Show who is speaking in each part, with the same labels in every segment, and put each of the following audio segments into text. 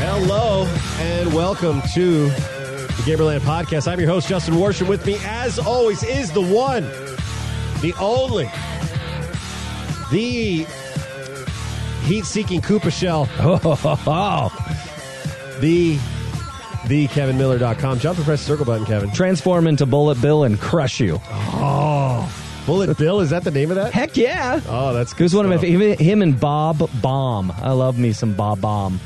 Speaker 1: Hello and welcome to the Gamerland Podcast. I'm your host, Justin Warsham. With me, as always, is the one, the only, the heat seeking Koopa Shell.
Speaker 2: Oh,
Speaker 1: the the KevinMiller.com. Jump and press the circle button, Kevin.
Speaker 2: transform into Bullet Bill and crush you.
Speaker 1: Bullet Bill, is that the name of that?
Speaker 2: Heck yeah!
Speaker 1: Oh, that's
Speaker 2: It
Speaker 1: good.
Speaker 2: was one of my
Speaker 1: stuff.
Speaker 2: favorite. Him and Bob Bomb. I love me some Bob Bomb.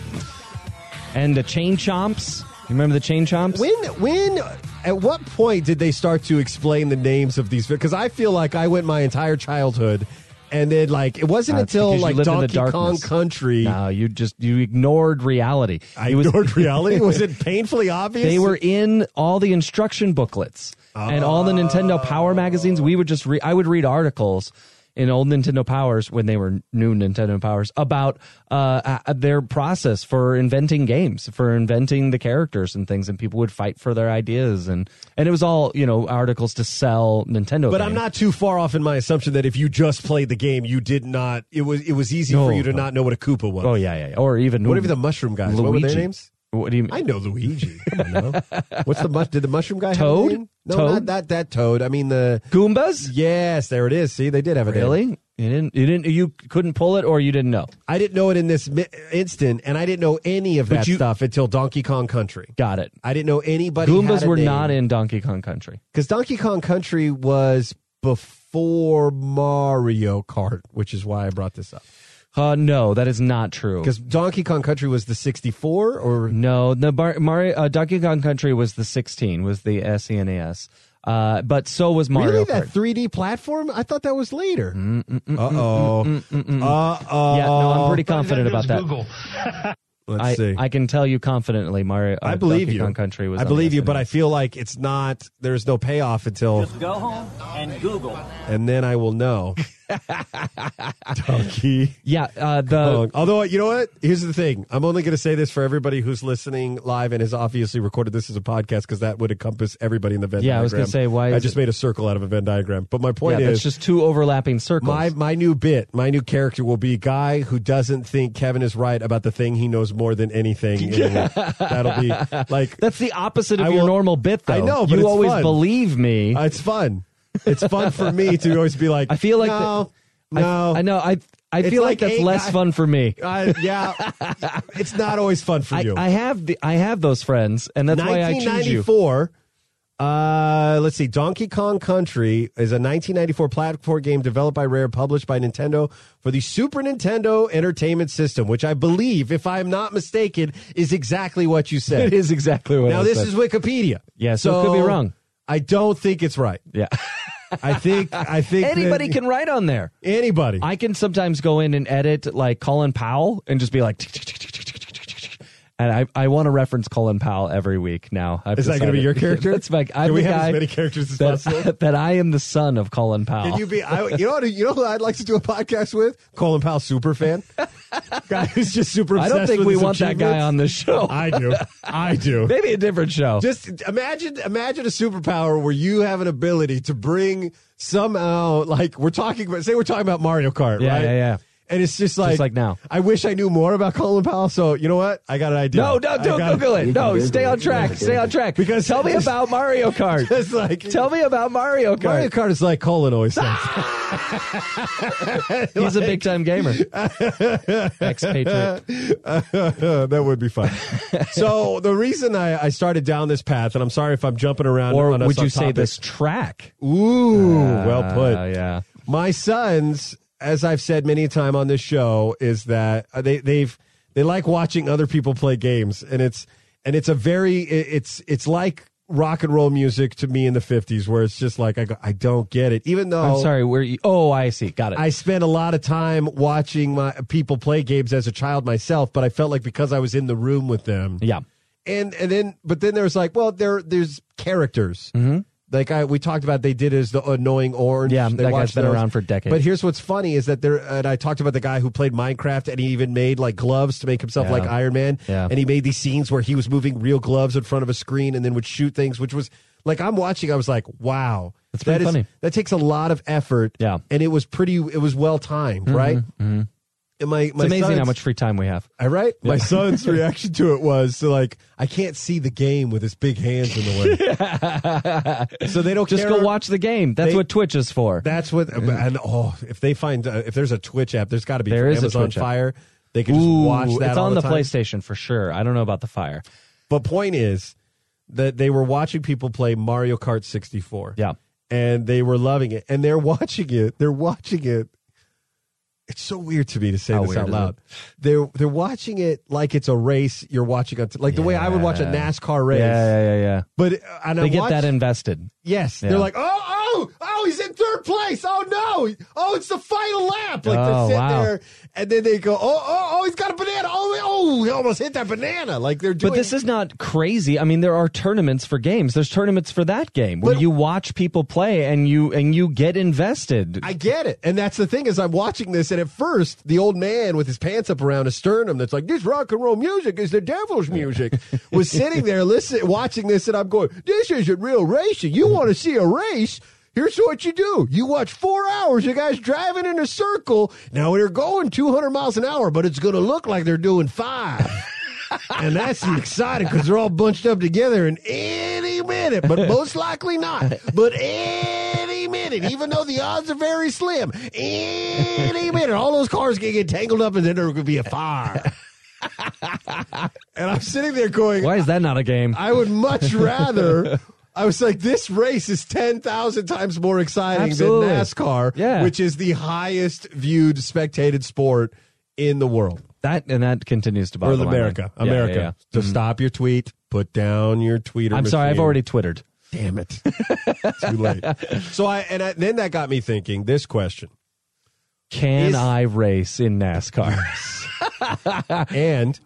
Speaker 2: And the Chain Chomps. You remember the Chain Chomps?
Speaker 1: When when at what point did they start to explain the names of these? Because I feel like I went my entire childhood, and then like it wasn't
Speaker 2: That's
Speaker 1: until
Speaker 2: because you
Speaker 1: like
Speaker 2: lived in the
Speaker 1: Donkey Kong
Speaker 2: darkness.
Speaker 1: Country.
Speaker 2: No, you just you ignored reality.
Speaker 1: I
Speaker 2: It was-
Speaker 1: ignored reality. Was it painfully obvious?
Speaker 2: They were in all the instruction booklets and all the Nintendo Power magazines. We would just re- I would read articles in old Nintendo Powers when they were new Nintendo Powers about uh, uh, their process for inventing games, for inventing the characters and things, and people would fight for their ideas and and it was all you know articles to sell Nintendo.
Speaker 1: But I'm
Speaker 2: games.
Speaker 1: not too far off in my assumption that if you just played the game, you did not. It was it was easy
Speaker 2: No,
Speaker 1: for you to
Speaker 2: no.
Speaker 1: not know what a Koopa was.
Speaker 2: Oh yeah, yeah, yeah. or even
Speaker 1: What if the mushroom guys? What were their
Speaker 2: Luigi.
Speaker 1: names?
Speaker 2: What do you mean?
Speaker 1: I know Luigi. Come on, now. What's the mu- did the mushroom guy? Have
Speaker 2: Toad?
Speaker 1: a name? No,
Speaker 2: Toad?
Speaker 1: not that that toad. I mean the.
Speaker 2: Goombas?
Speaker 1: Yes, there it is. See, they did have a name.
Speaker 2: Really? You didn't? You didn't? You couldn't pull it, or you didn't know?
Speaker 1: I didn't know it in this mi- instant, and I didn't know any of
Speaker 2: But
Speaker 1: that
Speaker 2: you-
Speaker 1: stuff until Donkey Kong Country.
Speaker 2: Got it.
Speaker 1: I didn't know anybody.
Speaker 2: Goombas were not in Donkey Kong Country.
Speaker 1: because Donkey Kong Country was before Mario Kart, which is why I brought this up.
Speaker 2: Uh, no, that is not true.
Speaker 1: Because Donkey Kong Country was the '64, or
Speaker 2: No, the bar, Mario uh, Donkey Kong Country was the 16, was the E SNES. Uh, but so was Mario
Speaker 1: really
Speaker 2: Kart. Mm,
Speaker 1: that 3D platform? I thought that was later. Uh oh. Uh oh.
Speaker 2: yeah, no, I'm pretty confident about that.
Speaker 1: Let's
Speaker 2: I,
Speaker 1: see.
Speaker 2: I can tell you confidently, Mario. uh,
Speaker 1: I believe
Speaker 2: Donkey
Speaker 1: you.
Speaker 2: Kong Country was.
Speaker 1: I
Speaker 2: on
Speaker 1: believe
Speaker 2: the E
Speaker 1: you, but I
Speaker 2: SNES.
Speaker 1: feel like it's not. There's no payoff until
Speaker 3: Go home and Google.
Speaker 1: and then I will know. Donkey
Speaker 2: yeah. Uh,
Speaker 1: Kong.
Speaker 2: the
Speaker 1: Although you know what? Here's the thing. I'm only going to say this for everybody who's listening live and has obviously recorded this as a podcast because that would encompass everybody in the Venn.
Speaker 2: Yeah,
Speaker 1: diagram.
Speaker 2: I was gonna say, why
Speaker 1: I
Speaker 2: is
Speaker 1: just
Speaker 2: it-
Speaker 1: made a circle out of a Venn diagram. But my
Speaker 2: yeah,
Speaker 1: point
Speaker 2: that's
Speaker 1: is.
Speaker 2: just two overlapping circles.
Speaker 1: my my new bit, my new character will be a guy who doesn't think Kevin is right about the thing he knows more than anything. in the world. That'll be like
Speaker 2: that's the opposite of
Speaker 1: I
Speaker 2: your
Speaker 1: will-
Speaker 2: normal bit, though.
Speaker 1: I know, but
Speaker 2: you
Speaker 1: it's
Speaker 2: always
Speaker 1: fun.
Speaker 2: believe me.
Speaker 1: Uh, it's fun. It's fun for me to always be like.
Speaker 2: I feel like
Speaker 1: no,
Speaker 2: the-
Speaker 1: no.
Speaker 2: I, I know. I I
Speaker 1: It's
Speaker 2: feel
Speaker 1: like
Speaker 2: like, that's
Speaker 1: eight
Speaker 2: less
Speaker 1: guy-
Speaker 2: fun for me.
Speaker 1: Uh, yeah, it's not always fun for
Speaker 2: I,
Speaker 1: you.
Speaker 2: I have the I have those friends, and that's why I choose you.
Speaker 1: 1994. Uh, let's see. Donkey Kong Country is a 1994 platform game developed by Rare, published by Nintendo for the Super Nintendo Entertainment System, which I believe, if I'm not mistaken, is exactly what you said.
Speaker 2: It is exactly what.
Speaker 1: now
Speaker 2: I
Speaker 1: this
Speaker 2: said.
Speaker 1: is Wikipedia.
Speaker 2: Yeah, so it could be wrong.
Speaker 1: I don't think it's right.
Speaker 2: yeah.
Speaker 1: I think I think that-
Speaker 2: Anybody can write on there.
Speaker 1: anybody.
Speaker 2: I can sometimes go in and edit like Colin Powell and just be like, tick, tick, tick, tick, tick, tick, tick, tick, tick. and I, I want to reference Colin Powell every week now. I've
Speaker 1: Is that gonna be
Speaker 2: decided.
Speaker 1: your character?
Speaker 2: That's my. I'm
Speaker 1: Can we
Speaker 2: the
Speaker 1: have as
Speaker 2: guy
Speaker 1: many characters as
Speaker 2: that,
Speaker 1: possible?
Speaker 2: that I am the son of Colin Powell.
Speaker 1: Can you be? I, you know, what, you know who I'd like to do a podcast with? Colin Powell, super fan, guy who's just super.
Speaker 2: I
Speaker 1: Obsessed
Speaker 2: don't think
Speaker 1: with
Speaker 2: we
Speaker 1: his
Speaker 2: want that guy
Speaker 1: achievements.
Speaker 2: on the show.
Speaker 1: I do. I do.
Speaker 2: Maybe a different show.
Speaker 1: Just imagine, imagine a superpower where you have an ability to bring somehow, like we're talking about. Say we're talking about Mario Kart,
Speaker 2: Yeah,
Speaker 1: right?
Speaker 2: yeah, yeah.
Speaker 1: And it's just like,
Speaker 2: like now.
Speaker 1: I wish I knew more about Colin Powell. So you know what? I got an idea.
Speaker 2: No, no,
Speaker 1: I
Speaker 2: don't
Speaker 1: got-
Speaker 2: Google it.
Speaker 4: You can
Speaker 2: No,
Speaker 4: Google
Speaker 2: stay
Speaker 4: it.
Speaker 2: on track.
Speaker 4: Yeah,
Speaker 2: Stay on track.
Speaker 1: Because-
Speaker 2: tell me about Mario Kart.
Speaker 1: It's like
Speaker 2: tell me about Mario Kart.
Speaker 1: Mario Kart is like Colin always says.
Speaker 2: He's a big time gamer. Expatriate.
Speaker 1: that would be fun. so the reason I, I started down this path, and I'm sorry if I'm jumping around.
Speaker 2: Or
Speaker 1: on us
Speaker 2: would
Speaker 1: on
Speaker 2: you say
Speaker 1: topic.
Speaker 2: this track?
Speaker 1: Ooh, well put.
Speaker 2: Uh, yeah.
Speaker 1: My sons, as I've said many a time on this show, is that uh, they they've they like watching other people play games, and it's and it's a very it- it's it's like rock and roll music to me in the 50s where it's just like I go, I don't get it even though
Speaker 2: I'm sorry. Where you? Oh, I see. Got it.
Speaker 1: I spent a lot of time watching my people play games as a child myself but I felt like because I was in the room with them
Speaker 2: yeah.
Speaker 1: and and then but then there's like well there there's characters like I we talked about they did as the annoying orange
Speaker 2: Mm-hmm. Yeah,
Speaker 1: they
Speaker 2: that guy's
Speaker 1: watched
Speaker 2: been around for decades.
Speaker 1: but here's what's funny is that there and I talked about the guy who played Minecraft and he even made like gloves to make himself
Speaker 2: Yeah.
Speaker 1: like Iron Man
Speaker 2: Yeah.
Speaker 1: and he made these scenes where he was moving real gloves in front of a screen and then would shoot things which was like I'm watching I was like wow
Speaker 2: That's
Speaker 1: that
Speaker 2: pretty
Speaker 1: is-
Speaker 2: funny.
Speaker 1: that takes a lot of effort
Speaker 2: Yeah. Mm-hmm.
Speaker 1: and it was pretty it was well timed right and my,
Speaker 2: It's
Speaker 1: my
Speaker 2: amazing how
Speaker 1: sons-
Speaker 2: much free time we have.
Speaker 1: I right? My son's reaction to it was so like I can't see the game with his big hands in the way. so they don't
Speaker 2: Just
Speaker 1: care.
Speaker 2: go watch the game. That's
Speaker 1: They-
Speaker 2: what Twitch is for.
Speaker 1: That's what and oh, if they find uh, if there's a Twitch app, there's got to be
Speaker 2: There
Speaker 1: for
Speaker 2: is a
Speaker 1: Amazon
Speaker 2: Twitch app.
Speaker 1: Fire. They can just watch that.
Speaker 2: it's
Speaker 1: all
Speaker 2: on the,
Speaker 1: time.
Speaker 2: PlayStation for sure. I don't know about the Fire.
Speaker 1: But point is that they were watching people play Mario Kart 64.
Speaker 2: Yeah.
Speaker 1: And they were loving it. And they're watching it. They're watching it. It's so weird to me to say
Speaker 2: How
Speaker 1: this
Speaker 2: weird
Speaker 1: out
Speaker 2: is it?
Speaker 1: loud. They're they're watching it like it's a race you're watching on t- like the way I would watch a
Speaker 2: Yeah.
Speaker 1: NASCAR race.
Speaker 2: Yeah, yeah, yeah, yeah.
Speaker 1: But uh, and I
Speaker 2: They get
Speaker 1: watched-
Speaker 2: that invested.
Speaker 1: Yes,
Speaker 2: Yeah.
Speaker 1: they're like, oh, oh, oh, he's in third place. Oh no, oh, it's the final lap. Like
Speaker 2: Oh,
Speaker 1: they sit
Speaker 2: wow.
Speaker 1: there, and then they go, oh, oh, oh, he's got a banana. Oh, oh, he almost hit that banana. Like they're doing.
Speaker 2: But this is not crazy. I mean, there are tournaments for games. There's tournaments for that game where
Speaker 1: But-
Speaker 2: you watch people play and you and you get invested.
Speaker 1: I get it, and that's the thing is, I'm watching this, and at first, the old man with his pants up around his sternum, that's like, this rock and roll music is the devil's music, was sitting there listening, watching this, and I'm going, this isn't real racing. You want to see a race? Here's what you do. You watch four hours, you guys driving in a circle. Now they're going 200 miles an hour, but it's going to look like they're doing five. and that's exciting because they're all bunched up together in any minute, but most likely not. But any minute, even though the odds are very slim, any minute, all those cars can get tangled up and then there could be a fire. and I'm sitting there going,
Speaker 2: Why is that not a game?
Speaker 1: I would much rather. I was like, this race is 10,000 times more exciting
Speaker 2: Absolutely.
Speaker 1: than NASCAR,
Speaker 2: Yeah.
Speaker 1: which is the highest viewed spectated sport in the world
Speaker 2: that and that continues to
Speaker 1: or
Speaker 2: bother my mind.
Speaker 1: America.
Speaker 2: Yeah, yeah,
Speaker 1: America.
Speaker 2: yeah.
Speaker 1: So
Speaker 2: Mm-hmm.
Speaker 1: stop your tweet. Put down your tweeter.
Speaker 2: I'm sorry, I've
Speaker 1: machine.
Speaker 2: already twittered.
Speaker 1: Damn it. Too late. So I and I, then that got me thinking. This question
Speaker 2: Can
Speaker 1: Is-
Speaker 2: I race in NASCAR?
Speaker 1: and.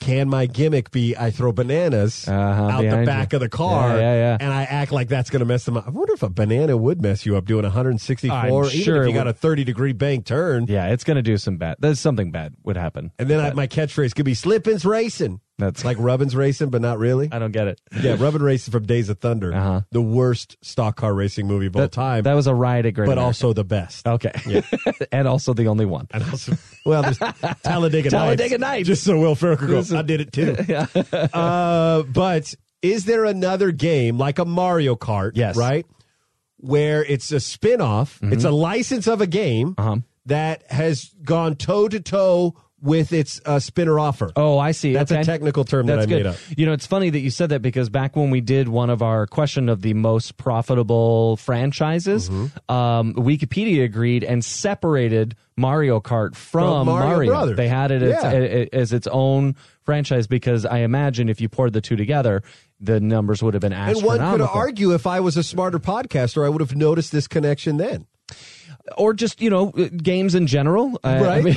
Speaker 1: Can my gimmick be I throw bananas out the
Speaker 2: Uh-huh, behind
Speaker 1: back
Speaker 2: you.
Speaker 1: of the car
Speaker 2: Yeah, yeah, yeah.
Speaker 1: and I act like that's going to mess them up? I wonder if a banana would mess you up doing 164,
Speaker 2: I'm
Speaker 1: even
Speaker 2: sure
Speaker 1: if
Speaker 2: it
Speaker 1: you got
Speaker 2: would.
Speaker 1: a 30 degree bank turn.
Speaker 2: yeah, it's gonna do some bad. There's something bad would happen.
Speaker 1: And then I, my catchphrase could be Slippin's racing.
Speaker 2: That's-
Speaker 1: like Rubbin's racing, but not really.
Speaker 2: I don't get it.
Speaker 1: Yeah, Rubbin Racing from Days of Thunder,
Speaker 2: Uh-huh.
Speaker 1: the worst stock car racing movie of all
Speaker 2: That,
Speaker 1: time,
Speaker 2: that was a ride at Great.
Speaker 1: but
Speaker 2: America.
Speaker 1: also the best.
Speaker 2: okay, and also the only one.
Speaker 1: And also, well, there's Talladega,
Speaker 2: Talladega
Speaker 1: Nights,
Speaker 2: Nights.
Speaker 1: just so Will Ferrell could go. I did it too. uh, but is there another game like a Mario Kart?
Speaker 2: Yes. Mm-hmm.
Speaker 1: right, where it's a spin-off, it's a license of a game
Speaker 2: Uh-huh.
Speaker 1: that has gone toe to toe with its uh, spinner offer.
Speaker 2: Oh, I see.
Speaker 1: That's a
Speaker 2: Okay.
Speaker 1: technical term that
Speaker 2: That's
Speaker 1: I made
Speaker 2: good.
Speaker 1: up.
Speaker 2: You know, it's funny that you said that because back when we did one of our question of the most profitable franchises,
Speaker 1: Mm-hmm.
Speaker 2: um, Wikipedia agreed and separated Mario Kart
Speaker 1: From
Speaker 2: from,
Speaker 1: Mario Brothers.
Speaker 2: They had it as,
Speaker 1: Yeah.
Speaker 2: a- a- as its own franchise because I imagine if you poured the two together, the numbers would have been
Speaker 1: And one
Speaker 2: astronomical.
Speaker 1: could argue if I was a smarter podcaster, I would have noticed this connection then.
Speaker 2: or just you know games in general Uh, I- I
Speaker 1: Right.
Speaker 2: mean,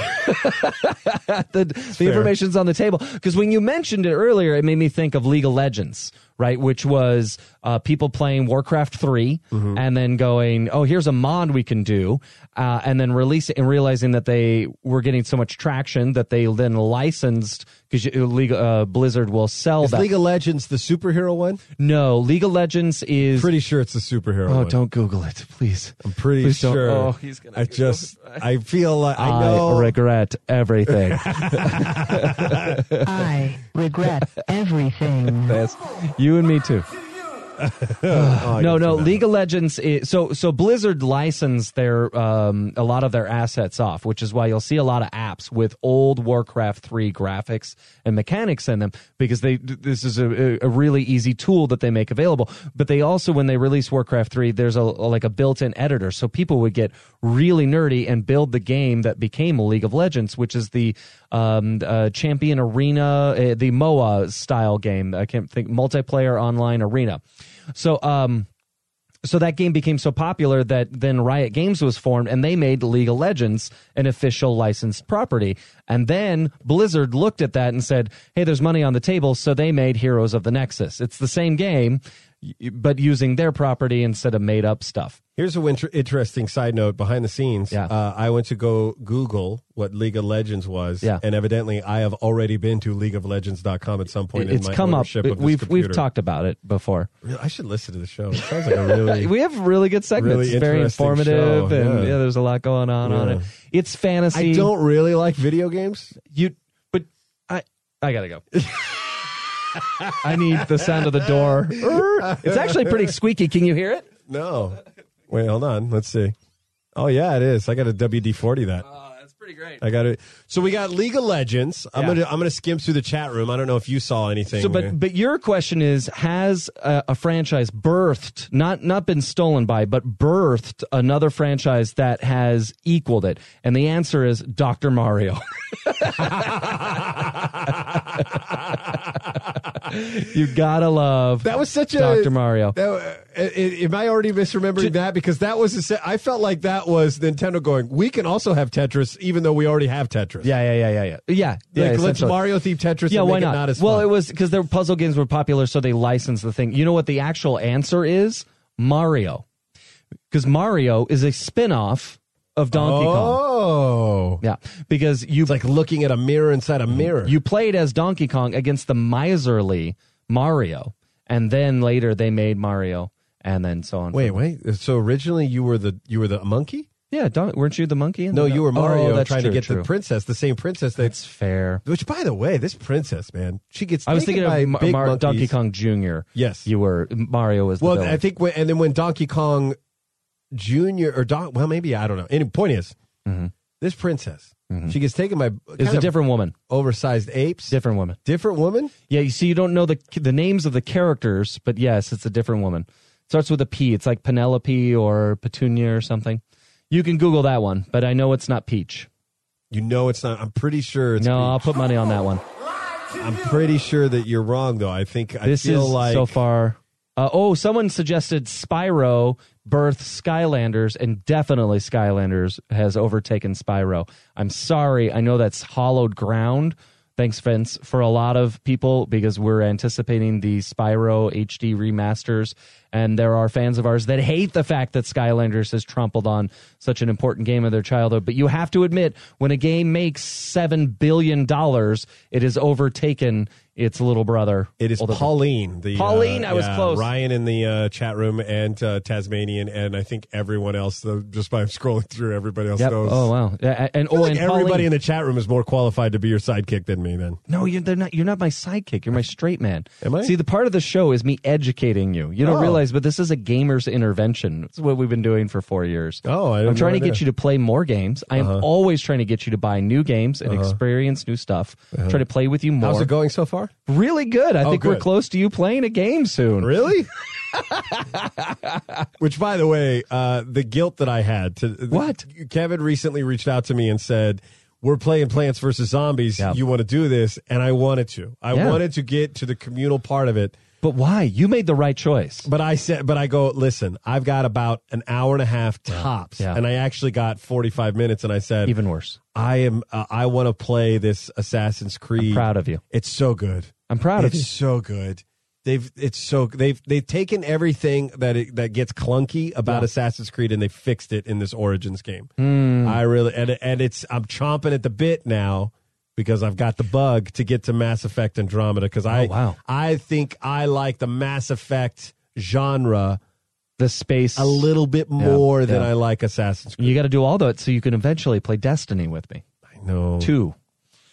Speaker 2: the, the
Speaker 1: fair.
Speaker 2: information's on the table because when you mentioned it earlier it made me think of league of legends right? Which was uh, people playing Warcraft 3
Speaker 1: Mm-hmm.
Speaker 2: and then going, oh, here's a mod we can do, uh, and then release it and realizing that they were getting so much traction that they then licensed because League uh, Blizzard will sell
Speaker 1: Is
Speaker 2: that.
Speaker 1: League of Legends the superhero one?
Speaker 2: no, League of Legends is.
Speaker 1: Pretty sure it's the superhero.
Speaker 2: oh,
Speaker 1: one.
Speaker 2: don't Google it, please.
Speaker 1: I'm pretty
Speaker 2: Please don't-
Speaker 1: sure.
Speaker 2: Oh, he's gonna.
Speaker 1: I just. I feel like I know.
Speaker 2: I regret everything.
Speaker 4: I regret everything.
Speaker 2: That's- you and me too.
Speaker 1: Oh, I
Speaker 2: no,
Speaker 1: don't
Speaker 2: no.
Speaker 1: know.
Speaker 2: League of Legends. Is, so, so Blizzard licensed their um, a lot of their assets off, which is why you'll see a lot of apps with old Warcraft three graphics and mechanics in them because they this is a, a really easy tool that they make available. But they also, when they release Warcraft three, there's a like a built-in editor, so people would get really nerdy and build the game that became League of Legends, which is the um, uh, Champion Arena, uh, the MOA style game. I can't think multiplayer online arena. So, um, so that game became so popular that then Riot Games was formed and they made League of Legends an official licensed property. And then Blizzard looked at that and said, hey, there's money on the table. So they made Heroes of the Nexus. It's the same game, y- but using their property instead of made up stuff.
Speaker 1: Here's a winter- interesting side note behind the scenes.
Speaker 2: Yeah.
Speaker 1: Uh, I went to go Google what League of Legends was,
Speaker 2: Yeah.
Speaker 1: and evidently I have already been to leagueoflegends.com at some point
Speaker 2: It-
Speaker 1: in
Speaker 2: it's
Speaker 1: my
Speaker 2: come up.
Speaker 1: ownership of this
Speaker 2: we've, we've
Speaker 1: computer.
Speaker 2: talked about it before.
Speaker 1: Really, I should listen to the show. It sounds like a really.
Speaker 2: We have really good segments.
Speaker 1: Really
Speaker 2: It's very
Speaker 1: interesting
Speaker 2: informative.
Speaker 1: show,
Speaker 2: And
Speaker 1: yeah.
Speaker 2: yeah. there's a lot going on on
Speaker 1: Yeah.
Speaker 2: it. It's fantasy.
Speaker 1: I don't really like video games.
Speaker 2: You, but I, I gotta go. I need the sound of the door. It's actually pretty squeaky. Can you hear it?
Speaker 1: No. Wait, hold on. Let's see. Oh yeah, it is. I got a WD forty that.
Speaker 2: Uh, that's pretty great.
Speaker 1: I got it. So we got League of Legends. I'm
Speaker 2: Yeah.
Speaker 1: gonna I'm gonna skim through the chat room. I don't know if you saw anything.
Speaker 2: So, but but your question is: Has a, a franchise birthed, not not been stolen by, but birthed another franchise that has equaled it? And the answer is Doctor Mario. you gotta love
Speaker 1: That was such a
Speaker 2: Dr. Mario.
Speaker 1: That, uh, uh, am I already misremembering that? Because that was a se- I felt like that was Nintendo going. We can also have Tetris, even though we already have Tetris.
Speaker 2: Yeah, yeah, yeah, yeah, yeah. Yeah, yeah
Speaker 1: like let's
Speaker 2: essentially.
Speaker 1: Mario theme Tetris.
Speaker 2: Yeah,
Speaker 1: and
Speaker 2: why
Speaker 1: make
Speaker 2: not?
Speaker 1: It not as
Speaker 2: well,
Speaker 1: fun.
Speaker 2: it was because their puzzle games were popular, so they licensed the thing. You know what the actual answer is? Mario, because Mario is a spin-off of Donkey Kong.
Speaker 1: Oh,
Speaker 2: Yeah, because you
Speaker 1: it's like looking at a mirror inside a mirror.
Speaker 2: you played as Donkey Kong against the miserly Mario, and then later they made Mario, and then so on.
Speaker 1: wait, wait. So originally you were the you were the monkey.
Speaker 2: yeah, don't, weren't you the monkey? in
Speaker 1: No,
Speaker 2: the-
Speaker 1: you were
Speaker 2: Oh,
Speaker 1: Mario
Speaker 2: that's
Speaker 1: trying
Speaker 2: true,
Speaker 1: to get
Speaker 2: true.
Speaker 1: the princess, the same princess that.
Speaker 2: That's fair.
Speaker 1: Which, by the way, this princess, man, she gets.
Speaker 2: I was
Speaker 1: taken
Speaker 2: thinking of
Speaker 1: by
Speaker 2: Mar-
Speaker 1: big
Speaker 2: Mar-
Speaker 1: monkeys.
Speaker 2: Donkey Kong Jr.
Speaker 1: Yes.
Speaker 2: you were Mario was the
Speaker 1: Well,
Speaker 2: villain.
Speaker 1: I think, when, and then when Donkey Kong Junior or Don, well, maybe I don't know. Any point is, this princess, she gets taken by
Speaker 2: Mm-hmm. it's
Speaker 1: kind
Speaker 2: a
Speaker 1: of
Speaker 2: different woman.
Speaker 1: oversized apes,
Speaker 2: Different woman.
Speaker 1: different woman.
Speaker 2: Yeah, you see, you don't know the the names of the characters, but yes, it's a different woman. starts with a P. It's like Penelope or Petunia or something. You can Google that one, but I know it's not Peach.
Speaker 1: You know, it's not. I'm pretty sure. It's
Speaker 2: no, I'll put money on that one.
Speaker 1: I'm pretty sure that you're wrong, though. I think I
Speaker 2: This
Speaker 1: feel
Speaker 2: is
Speaker 1: like
Speaker 2: so far. Uh, oh, someone suggested Spyro birth Skylanders, and definitely Skylanders has overtaken Spyro. I'm sorry, I know that's hollowed ground. Thanks, Vince, for a lot of people because we're anticipating the Spyro HD remasters, and there are fans of ours that hate the fact that Skylanders has trampled on such an important game of their childhood. But you have to admit, when a game makes seven billion dollars, it has overtaken its little brother.
Speaker 1: It is
Speaker 2: older brother.
Speaker 1: Pauline. The, uh,
Speaker 2: Pauline, I was close.
Speaker 1: Ryan in the uh, chat room and uh, Tasmanian, and I think everyone else, uh, just by scrolling through, everybody else
Speaker 2: Yep.
Speaker 1: knows.
Speaker 2: Oh wow. Yeah, And
Speaker 1: I feel
Speaker 2: oh,
Speaker 1: like
Speaker 2: and
Speaker 1: everybody
Speaker 2: Pauline-
Speaker 1: in the chat room is more qualified to be your sidekick than me, then.
Speaker 2: No, you're they're not. You're not my sidekick. You're my straight man.
Speaker 1: Am I?
Speaker 2: See, the part of the show is me educating you. You don't
Speaker 1: Oh.
Speaker 2: realize, but this is a gamer's intervention. It's what we've been doing for four years.
Speaker 1: Oh, I had
Speaker 2: am
Speaker 1: no
Speaker 2: trying to
Speaker 1: idea.
Speaker 2: get you to play more games. I am
Speaker 1: Uh-huh.
Speaker 2: always trying to get you to buy new games and experience new stuff. Try to play with you more.
Speaker 1: Uh-huh. How's it going so far?
Speaker 2: Really good. I
Speaker 1: Oh,
Speaker 2: think we're
Speaker 1: good.
Speaker 2: close to you playing a game soon.
Speaker 1: Really? Which, by the way, uh, the guilt that I had to
Speaker 2: What?
Speaker 1: Kevin recently reached out to me and said, "We're playing Plants vs Zombies.
Speaker 2: Yeah.
Speaker 1: You want to do this?" And I wanted to. I
Speaker 2: Yeah.
Speaker 1: wanted to get to the communal part of it.
Speaker 2: But why? You made the right choice.
Speaker 1: But I said, but I go, listen, I've got about an hour and a half tops,
Speaker 2: Yeah.
Speaker 1: and I actually got forty five minutes, and I said,
Speaker 2: Even worse.
Speaker 1: I am, uh, I want to play this Assassin's Creed.
Speaker 2: proud of you.
Speaker 1: It's so good.
Speaker 2: I'm proud of
Speaker 1: It's
Speaker 2: you.
Speaker 1: so good. They've it's so they've they've taken everything that it, that gets clunky about Assassin's Creed and they fixed it in this Origins game.
Speaker 2: Hmm.
Speaker 1: I really and and it's I'm chomping at the bit now because I've got the bug to get to Mass Effect Andromeda because I
Speaker 2: Oh, wow.
Speaker 1: I think I like the Mass Effect genre
Speaker 2: The space.
Speaker 1: a little bit more than
Speaker 2: yeah.
Speaker 1: I like Assassin's Creed.
Speaker 2: You got to do all that so you can eventually play Destiny with me.
Speaker 1: No,
Speaker 2: Two.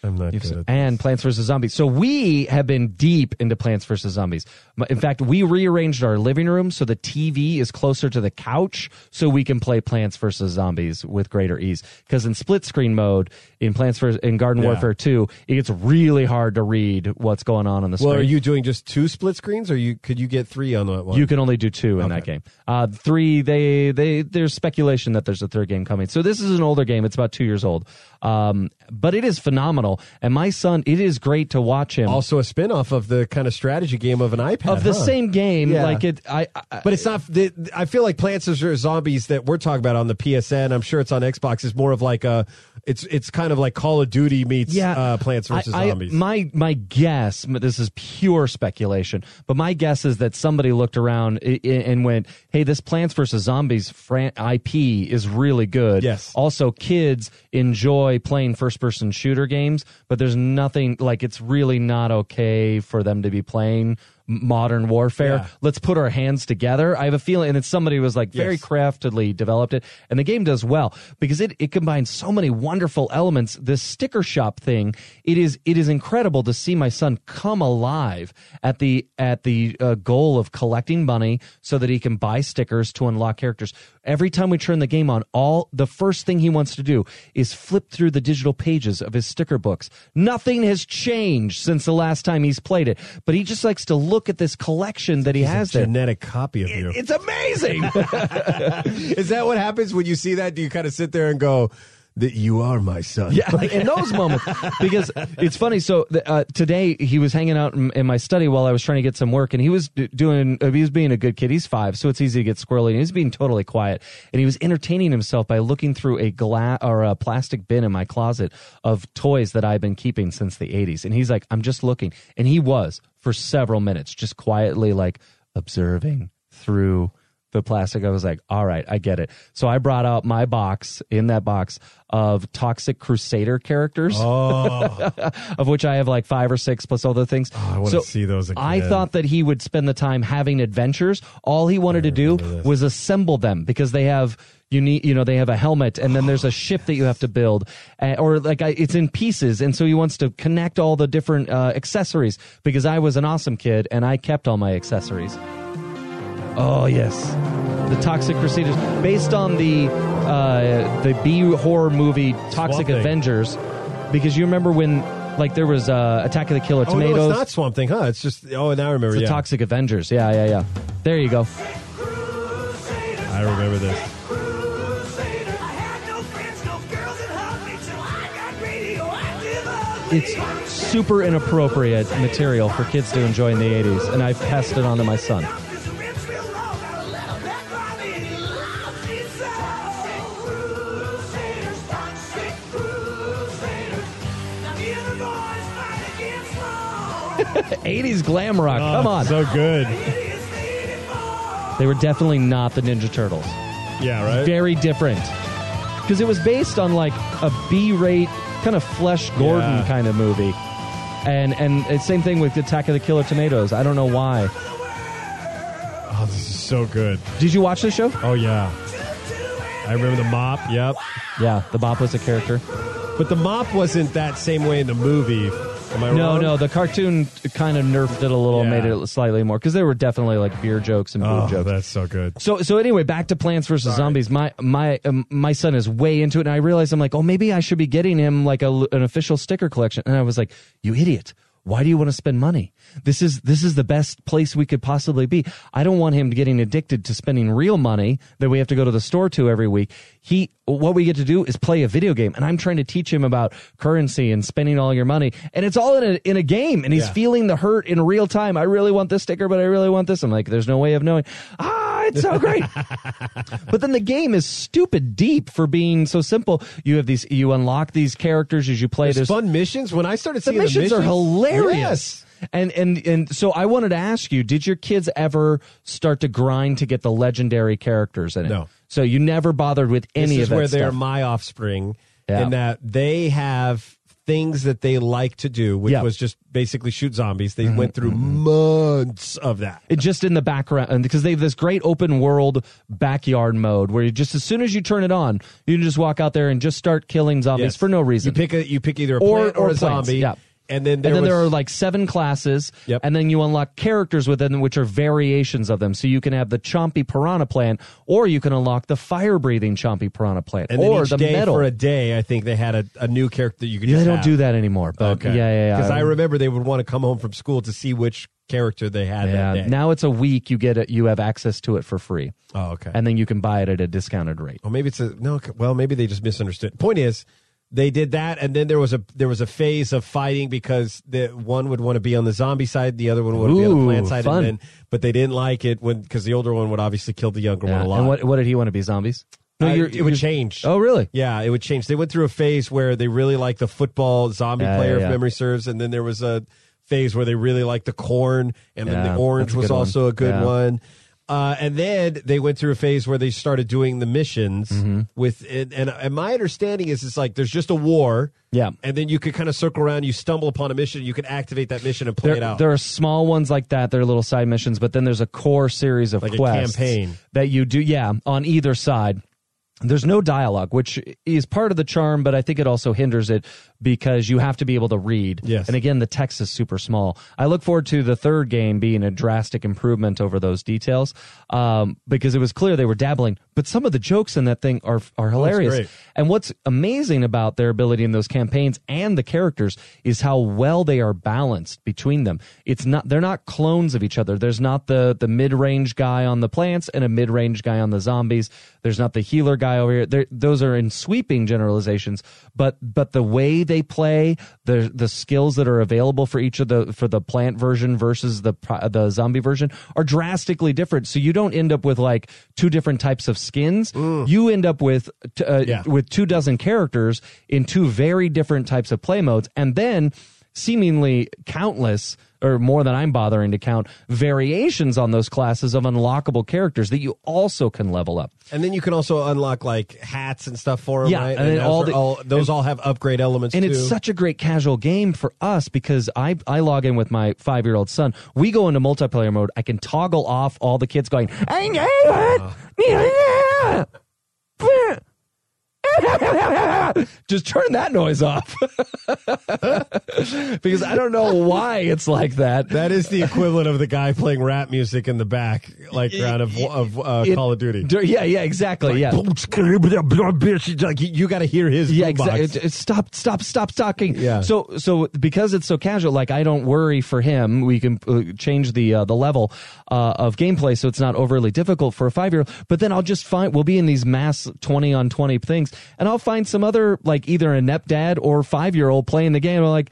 Speaker 1: I'm not
Speaker 2: You've-
Speaker 1: good.
Speaker 2: and Plants vs Zombies. So we have been deep into Plants vs Zombies. M- In fact, we rearranged our living room so the TV is closer to the couch so we can play Plants vs Zombies with greater ease. Because in split screen mode in Plants vs in Garden
Speaker 1: Yeah.
Speaker 2: Warfare Two, it gets really hard to read what's going on on the
Speaker 1: Well,
Speaker 2: screen.
Speaker 1: are you doing just two split screens, or you could you get three on that one?
Speaker 2: You can only do two in that game. Uh, three, they they there's speculation that there's a third game coming. So this is an older game; it's about two years old, um, but it is phenomenal. And my son, it is great to watch him.
Speaker 1: also a spin off of the kind of strategy game of an iPad
Speaker 2: of the
Speaker 1: huh?
Speaker 2: same game,
Speaker 1: Yeah.
Speaker 2: like it, I, I
Speaker 1: But it's not. The, I feel like Plants vs Zombies that we're talking about on the PSN. I'm sure it's on Xbox. Is more of like a. It's it's kind of like Call of Duty meets uh, Plants vs
Speaker 2: I- I-
Speaker 1: Zombies.
Speaker 2: my my guess, but this is pure speculation, but my guess is that somebody looked around i- i- and went, "Hey, this Plants vs Zombies fran- IP is really good.
Speaker 1: Yes.
Speaker 2: Also, kids enjoy playing first person shooter games, but there's nothing like it's really not okay for them to be playing." m- Modern warfare.
Speaker 1: Yeah.
Speaker 2: Let's put our hands together. I have a feeling, and it's somebody who was like very
Speaker 1: Yes.
Speaker 2: craftily developed it and the game does well because it, it combines so many wonderful elements this sticker shop thing it is it is incredible to see my son come alive at the at the uh, goal of collecting money so that he can buy stickers to unlock characters every time we turn the game on all the first thing he wants to do is flip through the digital pages of his sticker books nothing has changed since the last time he's played it but he just likes to look at this collection that he has there
Speaker 1: genetic copy of you.
Speaker 2: it's amazing
Speaker 1: Is that what happens when you see that? Do you kind of sit there and go, "That you are my son"?
Speaker 2: Yeah, like in those moments, because it's funny. So th- uh, today he was hanging out in, in my study while I was trying to get some work, and he was d- doing. Uh, he was being a good kid. He's five, so it's easy to get squirrely. And he was being totally quiet, and he was entertaining himself by looking through a glass or a plastic bin in my closet of toys that I've been keeping since the '80s. And he's like, "I'm just looking," and he was for several minutes, just quietly like observing through the plastic. I was like, all right, I get it. So I brought out my box in that box of Toxic Crusader characters, of which I have like five or six plus other things.
Speaker 1: Oh. I wanna see those again.
Speaker 2: I thought that he would spend the time having adventures. All he wanted to do was assemble them because they have. You need, you know, they have a helmet, and then there's a ship that you have to build, uh, or like I, it's in pieces, and so he wants to connect all the different uh, accessories. Because I was an awesome kid, and I kept all my accessories. Oh yes, the Toxic Crusaders, based on the uh, the B horror movie Toxic
Speaker 1: Swamp Thing.
Speaker 2: Avengers, because you remember when like there was uh, Attack of the Killer
Speaker 1: Oh no,
Speaker 2: Tomatoes,
Speaker 1: it's not Swamp Thing, huh? It's just. Oh, now I remember.
Speaker 2: the
Speaker 1: yeah,
Speaker 2: Toxic Avengers. Yeah, yeah, yeah. There you go.
Speaker 1: I remember this.
Speaker 2: It's super inappropriate material for kids to enjoy in the '80s, and I passed it on to my son. '80s glam rock. Come
Speaker 1: Oh,
Speaker 2: on,
Speaker 1: so good.
Speaker 2: they were definitely not the Ninja Turtles.
Speaker 1: Yeah, right.
Speaker 2: very different because it was based on like a B-rate kind of Flesh Gordon
Speaker 1: Yeah.
Speaker 2: kind of movie, and and it's same thing with Attack of the Killer Tomatoes. I don't know why.
Speaker 1: oh, this is so good.
Speaker 2: Did you watch the show?
Speaker 1: Oh yeah. I remember the mop. Yep.
Speaker 2: Yeah, the Bop was a character.
Speaker 1: But the mop wasn't that same way in the movie. Am I
Speaker 2: No,
Speaker 1: wrong?
Speaker 2: no, the cartoon kind of nerfed it a little,
Speaker 1: Yeah.
Speaker 2: made it slightly more because there were definitely like beer jokes and food
Speaker 1: Oh,
Speaker 2: jokes.
Speaker 1: that's so good.
Speaker 2: So so anyway, back to Plants vs Zombies. My my um, my son is way into it, and I realized I'm like, oh, maybe I should be getting him like a, an official sticker collection. And I was like, you idiot. Why do you want to spend money? This is this is the best place we could possibly be. I don't want him getting addicted to spending real money that we have to go to the store to every week. He what we get to do is play a video game and I'm trying to teach him about currency and spending all your money and it's all in a in a game and he's
Speaker 1: Yeah.
Speaker 2: feeling the hurt in real time. I really want this sticker but I really want this. I'm like there's no way of knowing. Ah, it's so great. But then the game is stupid deep for being so simple. You have these, you unlock these characters as you play.
Speaker 1: There's
Speaker 2: There's,
Speaker 1: fun missions. When I started
Speaker 2: the
Speaker 1: seeing
Speaker 2: missions are hilarious.
Speaker 1: Yes.
Speaker 2: And and and so I wanted to ask you: Did your kids ever start to grind to get the legendary characters in it?
Speaker 1: No.
Speaker 2: So you never bothered with
Speaker 1: this
Speaker 2: any of
Speaker 1: is
Speaker 2: that
Speaker 1: where they're
Speaker 2: stuff.
Speaker 1: my offspring
Speaker 2: Yeah.
Speaker 1: in that they have things that they like to do which
Speaker 2: Yeah.
Speaker 1: was just basically shoot zombies they went through months of that
Speaker 2: It just in the background and because they have this great open world backyard mode where you just as soon as you turn it on, you can just walk out there and just start killing zombies
Speaker 1: Yes.
Speaker 2: for no reason.
Speaker 1: you pick a you pick either a
Speaker 2: Or-
Speaker 1: plant or,
Speaker 2: or
Speaker 1: a
Speaker 2: plants,
Speaker 1: zombie
Speaker 2: yeah.
Speaker 1: and then there
Speaker 2: and then
Speaker 1: was
Speaker 2: there are like seven classes,
Speaker 1: Yep.
Speaker 2: and then you unlock characters within which are variations of them. So you can have the chompy piranha plant, or you can unlock the fire breathing chompy piranha plant,
Speaker 1: and then
Speaker 2: or
Speaker 1: each
Speaker 2: the
Speaker 1: day
Speaker 2: metal.
Speaker 1: for a day i think they had a, a new character that you could
Speaker 2: they
Speaker 1: just
Speaker 2: don't
Speaker 1: have.
Speaker 2: do that anymore. But
Speaker 1: okay
Speaker 2: yeah, yeah, yeah.
Speaker 1: because i remember they would want to come home from school to see which character they had that
Speaker 2: Yeah,
Speaker 1: day
Speaker 2: now it's a week. You get it. You have access to it for free.
Speaker 1: oh okay
Speaker 2: and then you can buy it at a discounted rate.
Speaker 1: Or maybe it's a no. c- Well, maybe they just misunderstood. Point is, they did that, and then there was a there was a phase of fighting because the one would want to be on the zombie side, the other one would be on the
Speaker 2: Ooh,
Speaker 1: plant side,
Speaker 2: fun.
Speaker 1: and then but they didn't like it when because the older one would obviously kill the younger one
Speaker 2: Yeah.
Speaker 1: a lot.
Speaker 2: And what what did he want to be? Zombies?
Speaker 1: Uh,
Speaker 2: you're-
Speaker 1: it would
Speaker 2: you're-
Speaker 1: change.
Speaker 2: Oh, really?
Speaker 1: Yeah, it would change. They went through a phase where they really liked the football zombie
Speaker 2: Yeah,
Speaker 1: player, if
Speaker 2: yeah, yeah.
Speaker 1: memory serves, and then there was a phase where they really liked the corn, and then
Speaker 2: Yeah,
Speaker 1: the orange was
Speaker 2: that's a good one.
Speaker 1: also a good
Speaker 2: Yeah.
Speaker 1: one. Uh, and then they went through a phase where they started doing the missions
Speaker 2: Mm-hmm.
Speaker 1: with, and, and and my understanding is it's like there's just a war,
Speaker 2: Yeah.
Speaker 1: and then you could kind of circle around, you stumble upon a mission, you can activate that mission and play it
Speaker 2: There,
Speaker 1: out.
Speaker 2: there are small ones like that. They're little side missions, but then there's a core series of
Speaker 1: Like a
Speaker 2: quests
Speaker 1: campaign.
Speaker 2: that you do. Yeah, on either side. There's no dialogue, which is part of the charm, but I think it also hinders it because you have to be able to read.
Speaker 1: Yes.
Speaker 2: And again, the text is super small. I look forward to the third game being a drastic improvement over those details um, because it was clear they were dabbling, but some of the jokes in that thing are, are hilarious.
Speaker 1: Oh, great.
Speaker 2: And what's amazing about their ability in those campaigns and the characters is how well they are balanced between them. It's not they're not clones of each other. There's not the the mid-range guy on the plants and a mid-range guy on the zombies. There's not the healer guy over here. They're, those are in sweeping generalizations, but but the way they play, the the skills that are available for each of the for the plant version versus the pro- the zombie version are drastically different. So you don't end up with like two different types of skins. You end up with t- uh,
Speaker 1: Yeah.
Speaker 2: with two dozen characters in two very different types of play modes, and then seemingly countless or more than I'm bothering to count variations on those classes of unlockable characters that you also can level up.
Speaker 1: and then you can also unlock like hats and stuff for them,
Speaker 2: Yeah,
Speaker 1: right?
Speaker 2: and then
Speaker 1: those
Speaker 2: all
Speaker 1: are
Speaker 2: the-
Speaker 1: those all have upgrade elements,
Speaker 2: And
Speaker 1: too.
Speaker 2: it's such a great casual game for us because I, I log in with my five year old son. We go into multiplayer mode. I can toggle off all the kids going, I know it. Just turn that noise off. because I don't know why it's like that.
Speaker 1: That is the equivalent of the guy playing rap music in the back, like round of, of uh,
Speaker 2: It-
Speaker 1: Call of Duty.
Speaker 2: Dur- Yeah, yeah, exactly. Yeah.
Speaker 1: Like, you got to hear his boombox.
Speaker 2: Yeah, exactly. Stop, stop, stop talking.
Speaker 1: Yeah.
Speaker 2: So, so because it's so casual, like I don't worry for him. We can uh, change the uh, the level uh, of gameplay, so it's not overly difficult for a five year old. But then I'll just find we'll be in these mass twenty on twenty things, and I'll find some other like either a nepdad or five year old playing the game. I'm like.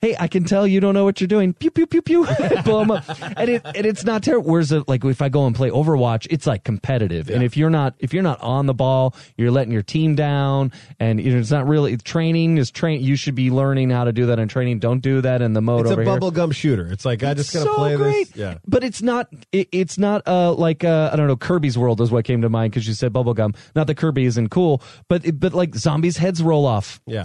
Speaker 2: Hey, I can tell you don't know what you're doing. Pew pew pew pew. Blow 'em up, and it and it's not terrible. Whereas uh, like if I go and play Overwatch, it's like competitive, and if you're not if you're not on the ball, you're letting your team down, and you know, it's not really training is train. You should be learning how to do that in training. Don't do that in the mode
Speaker 1: It's a
Speaker 2: over here.
Speaker 1: bubblegum shooter. It's like, I just got to
Speaker 2: so
Speaker 1: play
Speaker 2: great.
Speaker 1: this. Yeah.
Speaker 2: But it's not. It, it's not uh, like uh, I don't know. Kirby's World is what came to mind because you said bubblegum. Not that Kirby isn't cool, but it, but like zombies' heads roll off
Speaker 1: Yeah.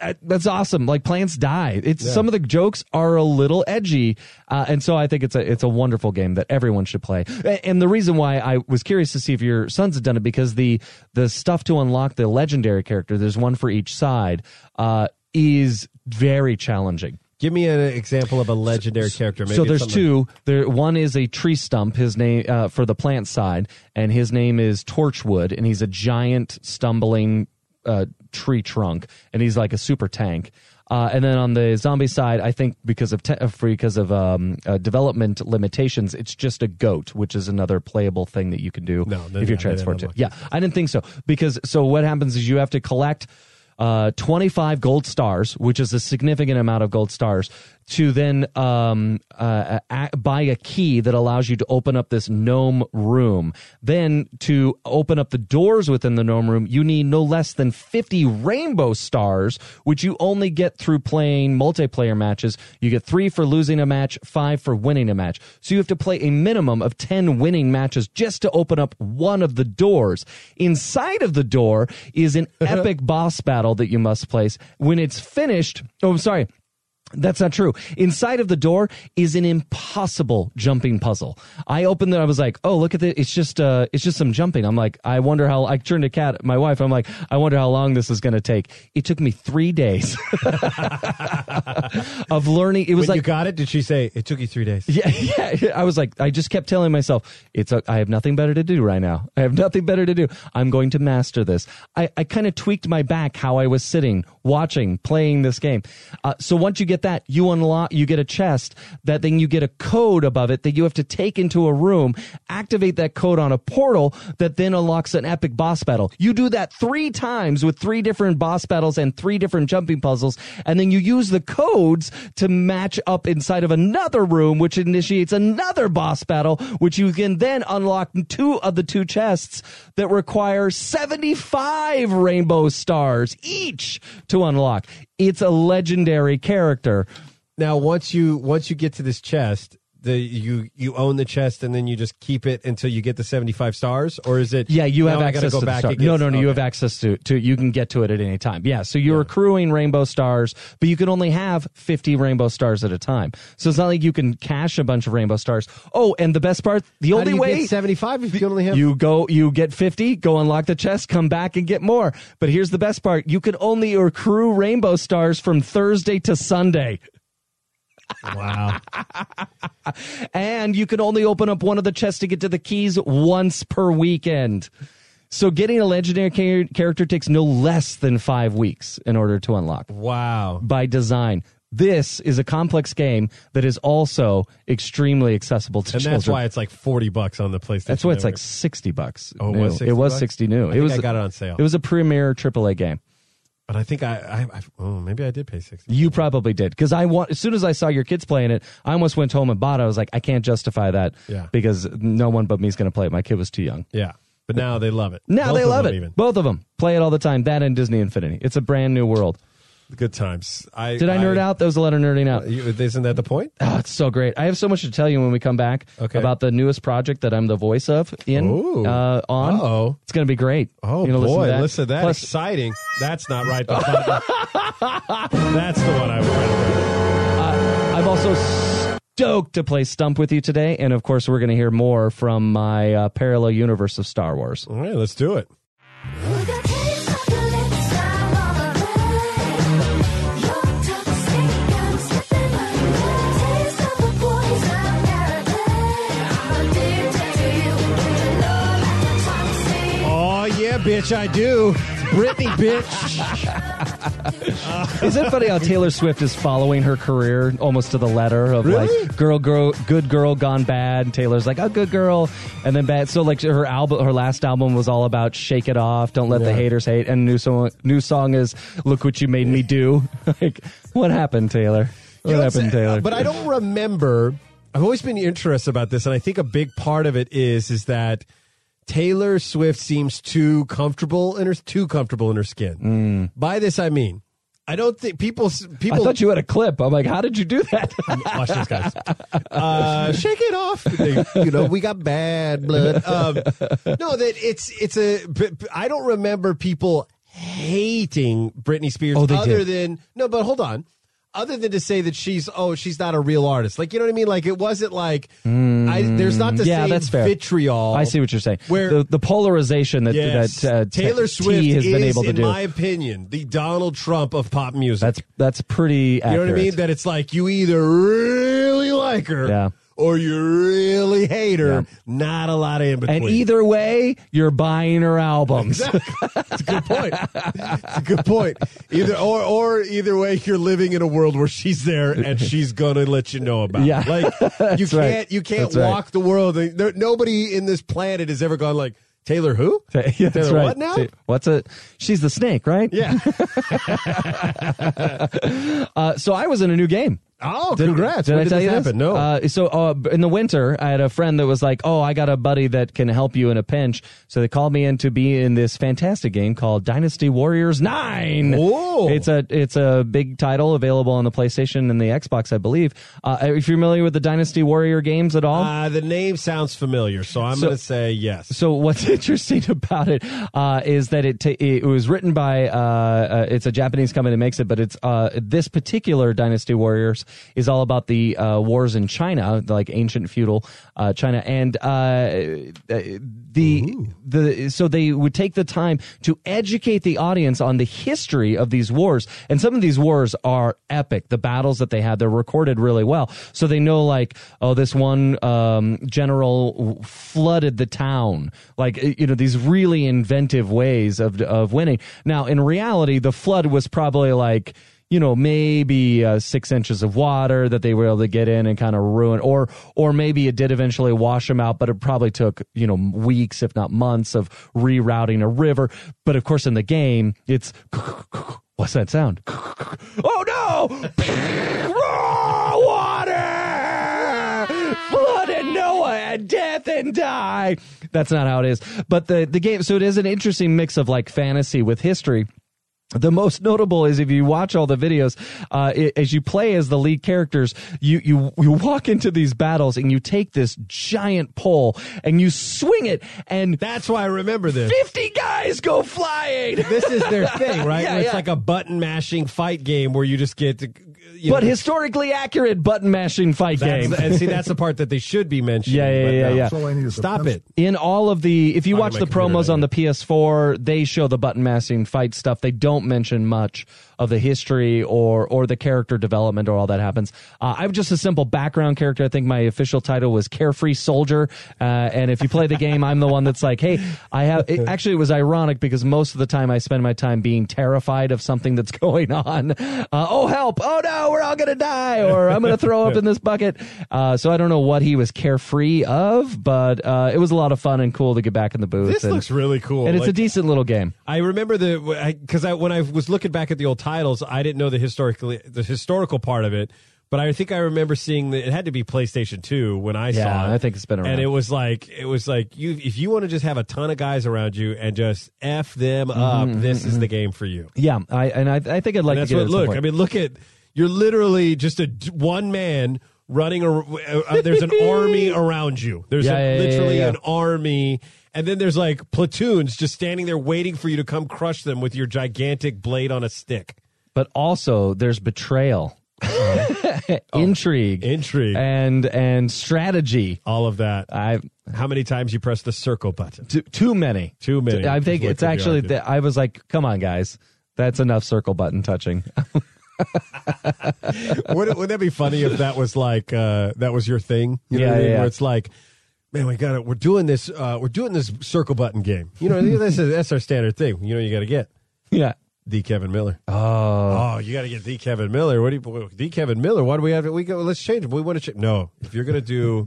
Speaker 2: uh, that's awesome. Like plants die. It's some of the jokes are a little edgy, uh, and so I think it's a it's a wonderful game that everyone should play. A- And the reason why I was curious to see if your sons had done it because the the stuff to unlock the legendary character, there's one for each side, uh, is very challenging.
Speaker 1: Give me an example of a legendary character. Maybe
Speaker 2: so
Speaker 1: it's
Speaker 2: there's
Speaker 1: something-
Speaker 2: two. There one is a tree stump. His name uh, for the plant side, and his name is Torchwood, and he's a giant stumbling uh, tree trunk, and he's like a super tank. Uh, and then on the zombie side, I think because of te- uh, for- because of um, uh, development limitations, it's just a goat, which is another playable thing that you can do
Speaker 1: No, no,
Speaker 2: if
Speaker 1: yeah,
Speaker 2: you're
Speaker 1: they
Speaker 2: transferred
Speaker 1: didn't
Speaker 2: to.
Speaker 1: unlock
Speaker 2: Yeah, I didn't think so because so what happens is you have to collect uh, 25 gold stars, which is a significant amount of gold stars to then um, uh, a- buy a key that allows you to open up this gnome room. Then to open up the doors within the gnome room, you need no less than 50 rainbow stars, which you only get through playing multiplayer matches. You get three for losing a match, five for winning a match. So you have to play a minimum of 10 winning matches just to open up one of the doors. Inside of the door is an
Speaker 1: Uh-huh.
Speaker 2: epic boss battle that you must place. When it's finished, oh, I'm sorry. That's not true. Inside of the door is an impossible jumping puzzle. I opened it. I was like, "Oh, look at this! It's just, uh, it's just some jumping." I'm like, "I wonder how." I turned to Kat, my wife. I'm like, "I wonder how long this is going to take." It took me three days of learning. It was
Speaker 1: When you
Speaker 2: like
Speaker 1: got it, did she say it took you three days?
Speaker 2: yeah, yeah, yeah. I was like, I just kept telling myself, it's. A, I have nothing better to do right now. I have nothing better to do. I'm going to master this. I, I kind of tweaked my back how I was sitting, watching, playing this game. Uh, so once you get that, you unlock, you get a chest. That then you get a code above it that you have to take into a room, activate that code on a portal that then unlocks an epic boss battle. You do that three times with three different boss battles and three different jumping puzzles, and then you use the codes to match up inside of another room, which initiates another boss battle, which you can then unlock two of the two chests that require 75 rainbow stars each to unlock. It's a legendary character.
Speaker 1: Now, once you once you get to this chest, the you you own the chest, and then you just keep it until you get the seventy five stars, or is it?
Speaker 2: Yeah, you
Speaker 1: now
Speaker 2: have
Speaker 1: I gotta
Speaker 2: access
Speaker 1: go
Speaker 2: to the
Speaker 1: back
Speaker 2: star.
Speaker 1: and get-
Speaker 2: No, no, no. You
Speaker 1: okay.
Speaker 2: have access to to you can get to it at any time. Yeah, so you're accruing rainbow stars, but you can only have 50 rainbow stars at a time. So it's not like you can cash a bunch of rainbow stars. Oh, and the best part, the
Speaker 1: How do
Speaker 2: only
Speaker 1: you
Speaker 2: way
Speaker 1: get seventy five if you only have
Speaker 2: you go, you get 50, go unlock the chest, come back and get more. But here's the best part. You can only accrue rainbow stars from Thursday to Sunday.
Speaker 1: Wow.
Speaker 2: And you can only open up one of the chests to get to the keys once per weekend. So getting a legendary char- character takes no less than five weeks in order to unlock
Speaker 1: Wow.
Speaker 2: by design. This is a complex game that is also extremely accessible to
Speaker 1: And
Speaker 2: children.
Speaker 1: that's why it's like forty bucks on the PlayStation.
Speaker 2: That's why it's like
Speaker 1: Network.
Speaker 2: sixty bucks.
Speaker 1: Oh, it
Speaker 2: new.
Speaker 1: was 60
Speaker 2: it was
Speaker 1: bucks?
Speaker 2: sixty new.
Speaker 1: I
Speaker 2: it
Speaker 1: think
Speaker 2: was
Speaker 1: I got it on sale.
Speaker 2: It was a premier AAA game.
Speaker 1: But I think I, I, I oh, maybe I did pay sixty.
Speaker 2: You probably did because I want. As soon as I saw your kids playing it, I almost went home and bought it. I was like, I can't justify that
Speaker 1: Yeah.
Speaker 2: because no one but me is going to play it. My kid was too young.
Speaker 1: Yeah. But now they love it.
Speaker 2: Now
Speaker 1: Both
Speaker 2: they
Speaker 1: of
Speaker 2: love
Speaker 1: them
Speaker 2: it.
Speaker 1: Even.
Speaker 2: Both of them play it all the time. That and Disney Infinity. It's a brand new world.
Speaker 1: Good times. I
Speaker 2: Did I nerd out? That was a lot of nerding out.
Speaker 1: You, isn't that the point?
Speaker 2: Oh, it's so great. I have so much to tell you when we come back
Speaker 1: Okay.
Speaker 2: about the newest project that I'm the voice of in
Speaker 1: Ooh.
Speaker 2: uh, on.
Speaker 1: Uh-oh.
Speaker 2: It's going to be great.
Speaker 1: Oh
Speaker 2: You're gonna
Speaker 1: boy,
Speaker 2: listen to that.
Speaker 1: listen to that.
Speaker 2: Plus,
Speaker 1: Exciting. That's not right. That's, not- that's the one I wanted.
Speaker 2: I'm also stoked to play Stump with you today, and of course, we're going to hear more from my uh, parallel universe of Star Wars.
Speaker 1: All right, let's do it. Oh yeah, bitch, I do. Brittany, bitch.
Speaker 2: Is it funny how Taylor Swift is following her career almost to the letter of
Speaker 1: Really?
Speaker 2: like girl, girl, good girl gone bad. And Taylor's like, oh, good girl, and then bad. So like her album, her last album was all about shake it off, don't let the
Speaker 1: Yeah.
Speaker 2: haters hate, and new song, new song is look what you made me do. like, what happened, Taylor? What
Speaker 1: You know
Speaker 2: happened,
Speaker 1: I'm saying?
Speaker 2: Taylor?
Speaker 1: But I don't remember. I've always been interested about this, and I think a big part of it is is that Taylor Swift seems too comfortable in her too comfortable in her skin. By this, I mean I don't think people s-
Speaker 2: Mm. I
Speaker 1: people.
Speaker 2: thought you had a clip. I'm like, how did you do that?
Speaker 1: Watch this, guys. Uh, shake it off. They- you know, we got bad blood. Um, no, that it's it's a. b- b- I don't remember people hating Britney Spears.
Speaker 2: Oh, they
Speaker 1: other
Speaker 2: did.
Speaker 1: than no, but hold on. Other than to say that she's oh she's not a real artist. Like you know what I mean. Like it wasn't like I, there's not the
Speaker 2: Mm, yeah,
Speaker 1: same
Speaker 2: that's fair.
Speaker 1: vitriol.
Speaker 2: I see what you're saying.
Speaker 1: Where-
Speaker 2: the, the polarization that
Speaker 1: Yes,
Speaker 2: that uh,
Speaker 1: Taylor
Speaker 2: T
Speaker 1: Swift
Speaker 2: has
Speaker 1: is,
Speaker 2: been able to
Speaker 1: in
Speaker 2: do.
Speaker 1: my opinion, the Donald Trump of pop music.
Speaker 2: that's that's pretty.
Speaker 1: You
Speaker 2: Accurate.
Speaker 1: know what I mean? That it's like you either really like her
Speaker 2: Yeah.
Speaker 1: or you really hate her.
Speaker 2: Yeah.
Speaker 1: Not a lot of in between.
Speaker 2: And either way, you're buying her albums.
Speaker 1: It's a good point. It's a good point. Either or or either way, you're living in a world where she's there and she's gonna let you know about.
Speaker 2: Yeah.
Speaker 1: it. like you can't
Speaker 2: right.
Speaker 1: you can't
Speaker 2: That's right.
Speaker 1: walk the world. and There, nobody in this planet has ever gone like Taylor who?
Speaker 2: Yeah, that's
Speaker 1: Taylor
Speaker 2: right.
Speaker 1: what now?
Speaker 2: See, What's it? She's the snake, right?
Speaker 1: Yeah.
Speaker 2: Uh, so I was in a new game.
Speaker 1: Oh,
Speaker 2: Did-
Speaker 1: congrats!
Speaker 2: Did
Speaker 1: When
Speaker 2: I
Speaker 1: did
Speaker 2: tell
Speaker 1: this
Speaker 2: you this?
Speaker 1: happen? No.
Speaker 2: Uh, so uh, b- in the winter, I had a friend that was like, "Oh, I got a buddy that can help you in a pinch." So they called me in to be in this fantastic game called Dynasty Warriors Nine.
Speaker 1: Oh.
Speaker 2: It's a it's a big title available on the PlayStation and the Xbox, I believe. Uh, are you familiar with the Dynasty Warrior games at all?
Speaker 1: Uh, the name sounds familiar, so I'm
Speaker 2: So-
Speaker 1: going to say yes.
Speaker 2: So what's interesting about it uh, is that it ta- it was written by uh, uh, it's a Japanese company that makes it, but it's uh, this particular Dynasty Warriors is all about the uh, wars in China, like ancient feudal uh, China, and uh, the the so they would take the time to educate the audience on the history of these wars, and some of these wars are epic. The battles that they had, they're recorded really well, so they know like oh this one um, general w- flooded the town, like eh, you know these really inventive ways of of winning. Now in reality, the flood was probably like you know maybe uh, six inches of water that they were able to get in and kind of ruin or or maybe it did eventually wash them out but it probably took you know weeks if not months of rerouting a river but of course in the game it's what's that sound oh no raw water flood and noah and death and die that's not how it is but the the game so it is an interesting mix of like fantasy with history the most notable is if you watch all the videos, uh, i as you play as the lead characters, you, you, you walk into these battles and you take this giant pole and you swing it and
Speaker 1: That's why I remember this.
Speaker 2: 50 guys go flying.
Speaker 1: This is their thing, right?
Speaker 2: Yeah,
Speaker 1: Where it's
Speaker 2: yeah.
Speaker 1: like a button mashing fight game where you just get to. You
Speaker 2: But
Speaker 1: know,
Speaker 2: historically accurate button mashing fight
Speaker 1: that's
Speaker 2: game.
Speaker 1: the- and see, that's the part that they should be mentioning.
Speaker 2: Yeah, yeah,
Speaker 1: but
Speaker 2: yeah,
Speaker 1: no.
Speaker 2: yeah.
Speaker 5: all I need is a
Speaker 1: Stop
Speaker 5: pencil.
Speaker 1: it.
Speaker 2: in all of the if you
Speaker 1: Fire
Speaker 2: watch
Speaker 1: my
Speaker 2: the
Speaker 1: computer
Speaker 2: promos
Speaker 1: right
Speaker 2: on
Speaker 1: here.
Speaker 2: the PS4, they show the button mashing fight stuff. They don't mention much of the history or or the character development or all that happens. Uh, I'm just a simple background character. I think my official title was Carefree Soldier. Uh, and if you play the game, I'm the one that's like, hey, I have. It, actually, it was ironic because most of the time I spend my time being terrified of something that's going on. Uh, oh help! Oh no, we're all gonna die, or I'm gonna throw up in this bucket. Uh, so I don't know what he was carefree of, but uh, it was a lot of fun and cool to get back in the booth.
Speaker 1: This
Speaker 2: and,
Speaker 1: looks really cool.
Speaker 2: and it's a
Speaker 1: Like,
Speaker 2: decent little game.
Speaker 1: I remember the because I, when I was looking back at the old titles, I didn't know the historically the historical part of it, but I think I remember seeing that it had to be PlayStation Two when I
Speaker 2: Yeah,
Speaker 1: saw it.
Speaker 2: I think it's been around.
Speaker 1: and it was like it was like you if you want to just have a ton of guys around you and just f them up,
Speaker 2: Mm-hmm,
Speaker 1: this is the game for you.
Speaker 2: Yeah, I and I, I think I'd like
Speaker 1: And that's
Speaker 2: to get
Speaker 1: what
Speaker 2: it. at some
Speaker 1: look.
Speaker 2: point.
Speaker 1: I mean, look at you're literally just a d- one man running. A, uh, there's an army around you. There's
Speaker 2: Yeah,
Speaker 1: a-
Speaker 2: yeah, yeah,
Speaker 1: literally
Speaker 2: yeah, yeah.
Speaker 1: an army, and then there's like platoons just standing there waiting for you to come crush them with your gigantic blade on a stick.
Speaker 2: but also there's betrayal, intrigue,
Speaker 1: Oh, Intrigue.
Speaker 2: and and strategy.
Speaker 1: All of that.
Speaker 2: I
Speaker 1: How many times you press the circle button?
Speaker 2: too, too many.
Speaker 1: Too many.
Speaker 2: I think
Speaker 1: Is what
Speaker 2: it's
Speaker 1: could be
Speaker 2: actually.
Speaker 1: argued.
Speaker 2: That I was like, come on, guys, that's enough circle button touching.
Speaker 1: wouldn't, wouldn't that be funny if that was like uh, that was your thing? You know
Speaker 2: Yeah,
Speaker 1: what I mean?
Speaker 2: yeah, yeah.
Speaker 1: Where it's like, man, we got it. We're doing this. Uh, we're doing this circle button game. You know, that's that's our standard thing. You know, you got to get
Speaker 2: yeah.
Speaker 1: the Kevin Miller. Oh, oh, you got to get the Kevin Miller. What do you the Kevin Miller? Why do we have to? We go. Let's change him. We want to change. No, if you're gonna do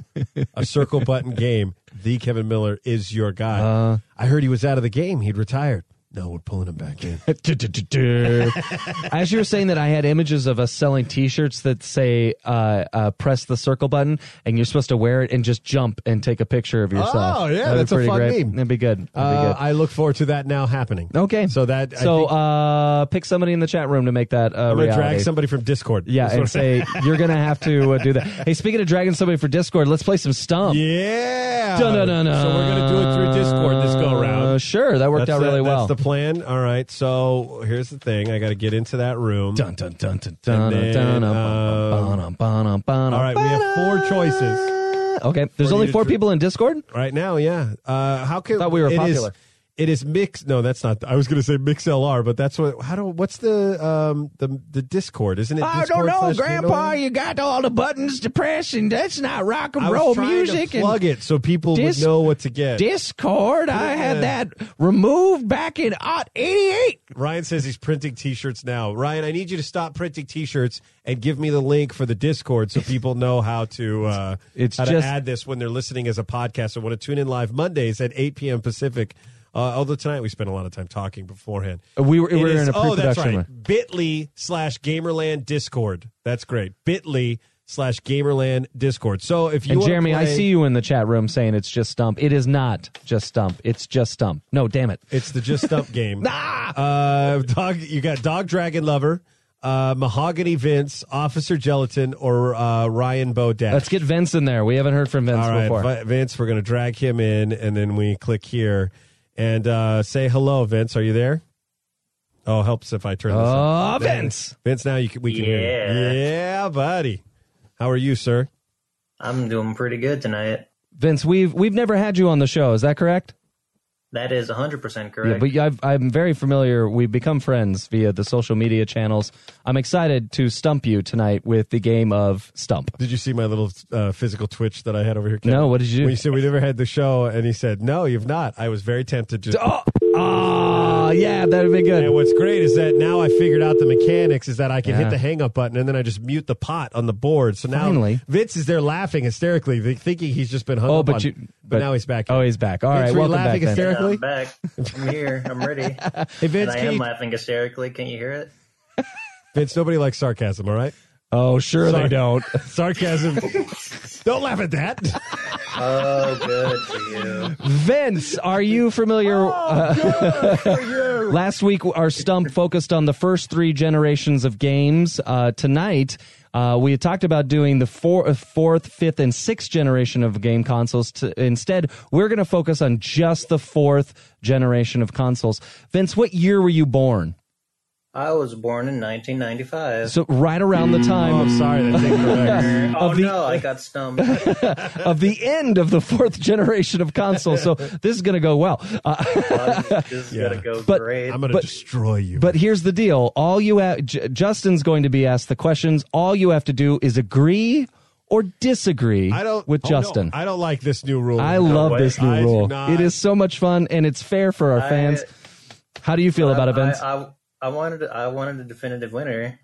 Speaker 1: a circle button game, the Kevin Miller is your guy.
Speaker 2: Uh.
Speaker 1: I heard he was out of the game. He'd retired. No, we're pulling him back in.
Speaker 2: As you were saying that, I had images of us selling T-shirts that say uh, uh, "press the circle button" and you're supposed to wear it and just jump and take a picture of yourself.
Speaker 1: Oh, yeah,
Speaker 2: That'd be
Speaker 1: that's a
Speaker 2: pretty
Speaker 1: fun
Speaker 2: great.
Speaker 1: meme.
Speaker 2: That'd be good. That'd be
Speaker 1: Uh,
Speaker 2: good.
Speaker 1: I look forward to that now happening.
Speaker 2: okay,
Speaker 1: So that I
Speaker 2: so
Speaker 1: think-
Speaker 2: uh, pick somebody in the chat room to make that uh,
Speaker 1: I'm gonna
Speaker 2: reality.
Speaker 1: drag somebody from Discord.
Speaker 2: yeah,
Speaker 1: That's what
Speaker 2: and say you're gonna have to uh, do that. Hey, speaking of dragging somebody for Discord, let's play some stump.
Speaker 1: Yeah.
Speaker 2: Dun, dun, dun, dun.
Speaker 1: So we're gonna do it through Discord this go
Speaker 2: Uh,
Speaker 1: around.
Speaker 2: Sure, that worked
Speaker 1: That's
Speaker 2: out
Speaker 1: the-
Speaker 2: really well.
Speaker 1: That's the plan. All right. So here's the thing. I got to get into that room.
Speaker 2: Dun, dun, dun, dun,
Speaker 1: And
Speaker 2: dun, dun,
Speaker 1: then,
Speaker 2: dun, dun, dun, dun, dun,
Speaker 1: All right. We have
Speaker 2: dun.
Speaker 1: four choices
Speaker 2: Okay, there's
Speaker 1: For
Speaker 2: only
Speaker 1: you
Speaker 2: four
Speaker 1: to-
Speaker 2: people in Discord.
Speaker 1: right now. Yeah. Uh, how can
Speaker 2: Thought we were
Speaker 1: it is-
Speaker 2: popular.
Speaker 1: it is mix. No, that's not. I was going to say mix LR, but that's what. How do? What's the um the the Discord? Isn't it?
Speaker 2: Oh,
Speaker 1: Discord slash Mandalorian?
Speaker 2: got all the buttons depressed, and that's not rock
Speaker 1: I was trying to plug it so people
Speaker 2: Dis-
Speaker 1: would know what to get.
Speaker 2: Discord, I
Speaker 1: had that
Speaker 2: removed back in '88.
Speaker 1: Ryan says he's printing T-shirts now. Ryan, I need you to stop printing T-shirts and give me the link for the Discord so people know how to uh,
Speaker 2: It's
Speaker 1: how
Speaker 2: just-
Speaker 1: to add this when they're listening as a podcast. I want to tune in live Mondays at 8 p.m. Pacific Uh, although tonight we spent a lot of time talking beforehand.
Speaker 2: We were- we
Speaker 1: It
Speaker 2: were in a
Speaker 1: oh, that's
Speaker 2: pre-production
Speaker 1: right. Bitly slash Gamerland Discord. That's great. Bitly slash Gamerland Discord. So if you
Speaker 2: and
Speaker 1: wanna
Speaker 2: Jeremy, I
Speaker 1: play-
Speaker 2: see you in the chat room saying it's just stump. It is not just stump. It's just stump. No, damn it.
Speaker 1: It's the just up game. nah. Uh, dog, you got dog dragon lover, uh, mahogany Vince, Officer Gelatin, or uh, Ryan Bodack.
Speaker 2: Let's get Vince in there. We haven't heard from Vince
Speaker 1: All right,
Speaker 2: before.
Speaker 1: Vi- Vince. We're gonna drag him in, and then we click here and uh, say hello, Vince. Are you there? Oh, helps if I turn this.
Speaker 2: Oh,
Speaker 1: up. There.
Speaker 2: Vince.
Speaker 1: Vince. Now you can, we can hear
Speaker 5: Yeah.
Speaker 1: you. Yeah, buddy. How are you, sir?
Speaker 5: I'm doing pretty good tonight.
Speaker 2: Vince, we've we've never had you on the show. Is that correct?
Speaker 5: That is 100% correct.
Speaker 2: Yeah, but I've, I'm very familiar. We've become friends via the social media channels. I'm excited to stump you tonight with the game of stump.
Speaker 1: Did you see my little uh, physical twitch that I had over here? Kevin?
Speaker 2: No, what did you do?
Speaker 1: When you said we never had the show, and he said, "No, you've not." I was very tempted to.
Speaker 2: Oh, ah, yeah, that'd be good.
Speaker 1: And what's great is that now I figured out the mechanics is that I can
Speaker 2: Yeah.
Speaker 1: hit the hang up button and then I just mute the pot on the board. So now
Speaker 2: Finally.
Speaker 1: Vince is there laughing hysterically, th- thinking he's just been hung
Speaker 2: Oh,
Speaker 1: up
Speaker 2: but
Speaker 1: on,
Speaker 2: you-
Speaker 1: but
Speaker 2: but-
Speaker 1: now he's back.
Speaker 2: Oh, he's back. All
Speaker 1: Vince,
Speaker 2: right,
Speaker 1: were you
Speaker 2: welcome
Speaker 1: laughing
Speaker 2: back, Vince.
Speaker 5: Yeah,
Speaker 1: hysterically.
Speaker 5: I'm back. I'm here. I'm ready.
Speaker 1: Hey, Vince,
Speaker 5: and I
Speaker 1: can
Speaker 5: am
Speaker 1: you-
Speaker 5: laughing hysterically. Can you hear it?
Speaker 1: Vince, nobody likes sarcasm. All right,
Speaker 2: Oh, sure
Speaker 1: Sorry.
Speaker 2: they don't.
Speaker 1: sarcasm. Don't laugh at that.
Speaker 5: Oh, good for you.
Speaker 2: Vince, are you familiar?
Speaker 1: Oh,
Speaker 2: uh, last week, our stump focused on the first three generations of games. Uh, tonight, uh, we had talked about doing the four, uh, fourth, fifth, and sixth generation of game consoles. To, instead, we're going to focus on just the fourth generation of consoles. Vince, what year were you born?
Speaker 5: I was born in 1995.
Speaker 2: So right around the time
Speaker 1: I'm sorry. That thing back.
Speaker 5: oh,
Speaker 2: of the-
Speaker 5: no, I got stumped.
Speaker 2: of the end of the fourth generation of consoles. So this is going to go well. Uh,
Speaker 5: this is going
Speaker 1: Yeah.
Speaker 5: to go
Speaker 2: But-
Speaker 5: great.
Speaker 1: I'm gonna
Speaker 2: But-
Speaker 1: destroy you.
Speaker 2: But here's the deal: all you ha- J- Justin's going to be asked the questions. All you have to do is agree or disagree
Speaker 1: I don't
Speaker 2: with
Speaker 1: oh, no,
Speaker 2: Justin.
Speaker 1: I don't like this new rule.
Speaker 2: I
Speaker 1: No
Speaker 2: love
Speaker 1: way.
Speaker 2: this new
Speaker 1: I do
Speaker 2: rule.
Speaker 1: not-
Speaker 2: It is so much fun, and it's fair for our
Speaker 5: I-
Speaker 2: fans. How do you feel about it, Vince?
Speaker 5: I, I, I wanted I wanted a definitive winner.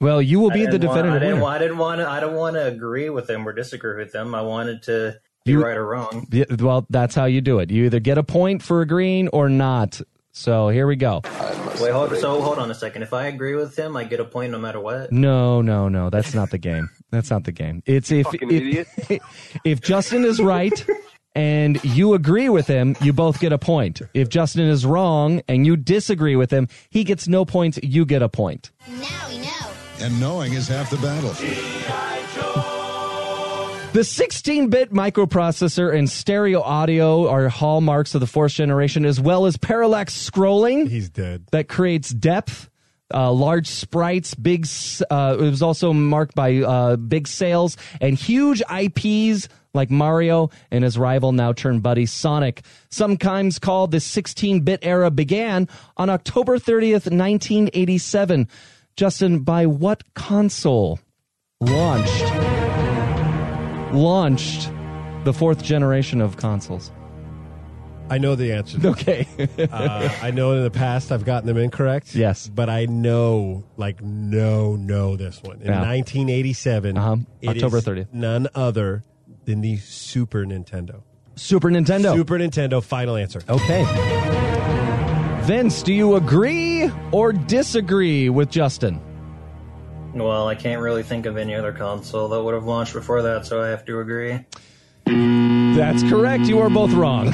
Speaker 2: well, you will be
Speaker 5: I
Speaker 2: the
Speaker 5: didn't want-
Speaker 2: definitive
Speaker 5: I didn't,
Speaker 2: winner.
Speaker 5: want- I didn't want to. I don't want to agree with them or disagree with them. I wanted to be
Speaker 2: You-
Speaker 5: right or wrong.
Speaker 2: Yeah, well, that's how you do it. You either get a point for agreeing or not. So here we go.
Speaker 5: Wait, hold, so hold on a second. If I agree with him, I get a point no matter what.
Speaker 2: No, no, no. That's not the game. That's not the game. It's if if, if Justin is right and you agree with him, you both get a point. If Justin is wrong and you disagree with him, he gets no points. You get a point.
Speaker 6: Now we know.
Speaker 7: And knowing is half the battle.
Speaker 2: The 16-bit microprocessor and stereo audio are hallmarks of the fourth generation, as well as parallax scrolling.
Speaker 1: He's dead.
Speaker 2: that creates depth. Uh, large sprites, big. s- Uh, it was also marked by uh, big sales and huge IPs like Mario and his rival now turned buddy Sonic. Sometimes called the 16-bit era began on October 30th, 1987. Justin, by what console launched launched the fourth generation of consoles?
Speaker 1: I know the answer. to
Speaker 2: Okay,
Speaker 1: Uh, I know in the past I've gotten them incorrect.
Speaker 2: Yes.
Speaker 1: But I know, like, no, no, this one. In
Speaker 2: Yeah.
Speaker 1: 1987,
Speaker 2: Uh-huh.
Speaker 1: it is
Speaker 2: October 30th.
Speaker 1: None other than the Super Nintendo.
Speaker 2: Super Nintendo.
Speaker 1: Super Nintendo, final answer.
Speaker 2: Okay. Vince, do you agree or disagree with Justin?
Speaker 5: Well, I can't really think of any other console that would have launched before that, so I have to agree.
Speaker 2: That's correct. You are both wrong.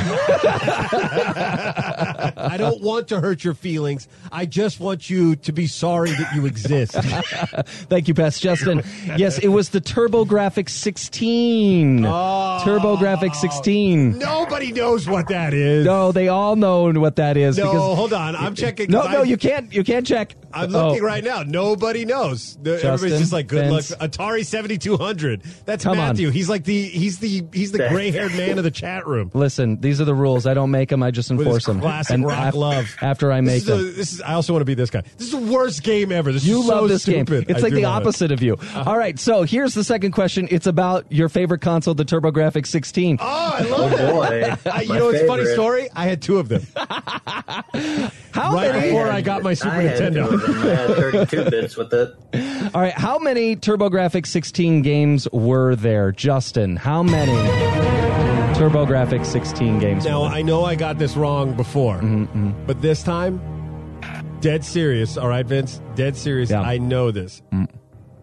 Speaker 1: I don't want to hurt your feelings. I just want you to be sorry that you exist.
Speaker 2: Thank you, Best Justin. Yes, it was the TurboGrafx 16.
Speaker 1: Oh.
Speaker 2: TurboGrafx 16.
Speaker 1: Nobody knows what that is.
Speaker 2: No, they all know what that is.
Speaker 1: No,
Speaker 2: because,
Speaker 1: hold on. I'm checking.
Speaker 2: No,
Speaker 1: 'cause
Speaker 2: no,
Speaker 1: I-
Speaker 2: you can't. You can't check.
Speaker 1: I'm looking
Speaker 2: Oh,
Speaker 1: right now. Nobody knows. The- Everybody's
Speaker 2: Justin,
Speaker 1: just like, "Good
Speaker 2: Vince.
Speaker 1: luck." Atari 7200. That's
Speaker 2: Come on.
Speaker 1: Matthew. He's like the he's the he's the
Speaker 5: Thanks.
Speaker 1: gray-haired man of the chat room.
Speaker 2: Listen, these are the rules. I don't make them. I just
Speaker 1: With
Speaker 2: enforce
Speaker 1: his
Speaker 2: them.
Speaker 1: classic
Speaker 2: And
Speaker 1: rock
Speaker 2: af-
Speaker 1: love.
Speaker 2: After I
Speaker 1: This
Speaker 2: make
Speaker 1: is, a-
Speaker 2: them.
Speaker 1: this is. I also want to be this guy. This is the worst game ever. This
Speaker 2: You
Speaker 1: is so
Speaker 2: love this game.
Speaker 1: stupid.
Speaker 2: It's
Speaker 1: I
Speaker 2: like
Speaker 1: do love
Speaker 2: the
Speaker 1: it. Uh-huh.
Speaker 2: opposite of you. All right, so here's the second question. It's about your favorite console, the TurboGrafx 16.
Speaker 1: Oh, I love it.
Speaker 5: Boy,
Speaker 1: I- you
Speaker 5: my
Speaker 1: know, it's a funny
Speaker 5: favorite.
Speaker 1: story. I had two of them
Speaker 2: How
Speaker 1: right
Speaker 2: many?
Speaker 1: before I got my Super
Speaker 5: I had two
Speaker 1: Nintendo.
Speaker 5: of them. I had 32 bits with it.
Speaker 2: All right, how many TurboGrafx 16 games were there, Justin? How many? TurboGrafx 16 games.
Speaker 1: Now
Speaker 2: for it.
Speaker 1: I know I got this wrong before, but this time, dead serious. All right, Vince, dead serious.
Speaker 2: Yeah. Mm.
Speaker 1: I know this.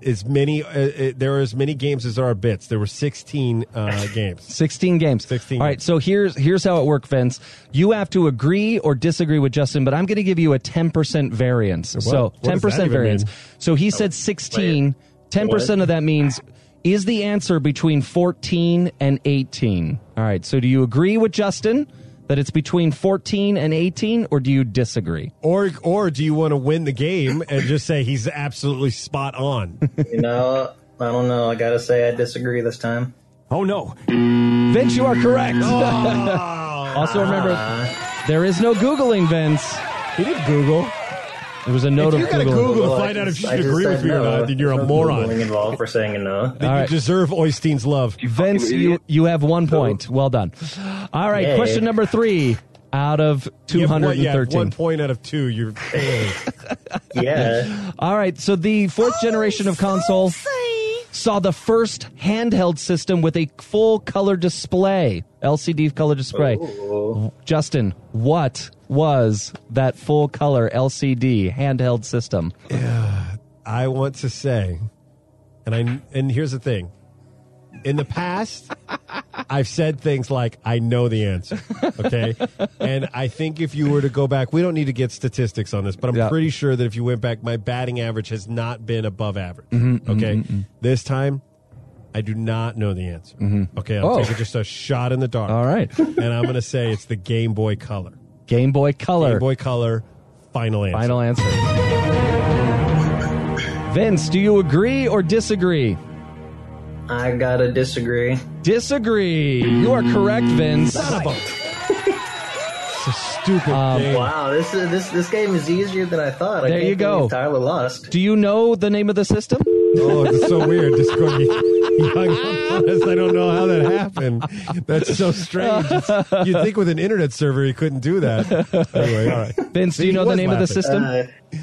Speaker 1: As many, uh, uh, there are as many games as there are bits. There were sixteen uh, games.
Speaker 2: 16 games.
Speaker 1: 16
Speaker 2: All right,
Speaker 1: games.
Speaker 2: so here's here's how it works, Vince. You have to agree or disagree with Justin, but I'm going to give you a 10% variance. so,
Speaker 1: what does that
Speaker 2: 10%
Speaker 1: even
Speaker 2: variance.
Speaker 1: mean?
Speaker 2: So he said 16. 10% of that means is the answer between 14 and 18. All right, so do you agree with Justin that it's between 14 and 18 or do you disagree?
Speaker 1: Or, or do you want to win the game and just say he's absolutely spot on?
Speaker 5: You know, I don't know. I gotta say, I disagree this time.
Speaker 8: Oh no.
Speaker 2: Vince, you are correct.
Speaker 1: Oh.
Speaker 2: also remember there is no googling, Vince.
Speaker 1: He did Google.
Speaker 2: There was a note
Speaker 1: If you
Speaker 2: of
Speaker 1: gotta
Speaker 2: googling.
Speaker 1: Google We'll
Speaker 5: Well,
Speaker 1: find
Speaker 5: I
Speaker 1: out if
Speaker 5: just-
Speaker 1: you
Speaker 5: I just
Speaker 1: agree
Speaker 5: said
Speaker 1: with me or
Speaker 5: no.
Speaker 1: not, then you're a
Speaker 5: There's no
Speaker 1: moron.
Speaker 5: Googling involved for saying no.
Speaker 1: Then
Speaker 2: All
Speaker 1: you
Speaker 2: right.
Speaker 1: deserve Oystein's love.
Speaker 2: Vince, you, you have one point. Well done. All right,
Speaker 5: Yay.
Speaker 2: question number three out of
Speaker 1: You have one- you have
Speaker 2: 213.
Speaker 1: one point out of two. You're
Speaker 5: Yeah.
Speaker 2: All right, so the fourth generation of console saw the first handheld system with a full color display, LCD color display.
Speaker 1: Oh.
Speaker 2: Justin, what was that full color LCD handheld system?
Speaker 1: I want to say, and I and here's the thing. In the past, I've said things like I know the answer, okay? and I think if you were to go back, we don't need to get statistics on this, but I'm
Speaker 2: Yeah.
Speaker 1: pretty sure that if you went back, my batting average has not been above average,
Speaker 2: Mm-hmm,
Speaker 1: okay? This time, I do not know the answer. Okay, I'm
Speaker 2: Oh.
Speaker 1: taking just a shot in the dark.
Speaker 2: All right,
Speaker 1: And I'm going to say it's the Game Boy Color.
Speaker 2: Game Boy Color.
Speaker 1: Game Boy Color final answer.
Speaker 2: Final answer. Vince, do you agree or disagree?
Speaker 5: I gotta disagree.
Speaker 2: Disagree. You are correct, Vince.
Speaker 1: It's a stupid
Speaker 2: Um,
Speaker 1: game.
Speaker 5: Wow, this is this this game is easier than I thought. I
Speaker 2: There
Speaker 5: can't
Speaker 2: you go.
Speaker 5: believe Tyler lost.
Speaker 2: Do you know the name of the system?
Speaker 1: Oh, it's so weird. Just going to hung up on us. I don't know how that happened. That's so strange. It's- you'd think with an internet server he couldn't do that. Anyway, all right.
Speaker 2: Vince, do you
Speaker 1: He
Speaker 2: know the
Speaker 1: was
Speaker 2: name of the
Speaker 1: laughing. Uh,
Speaker 2: system?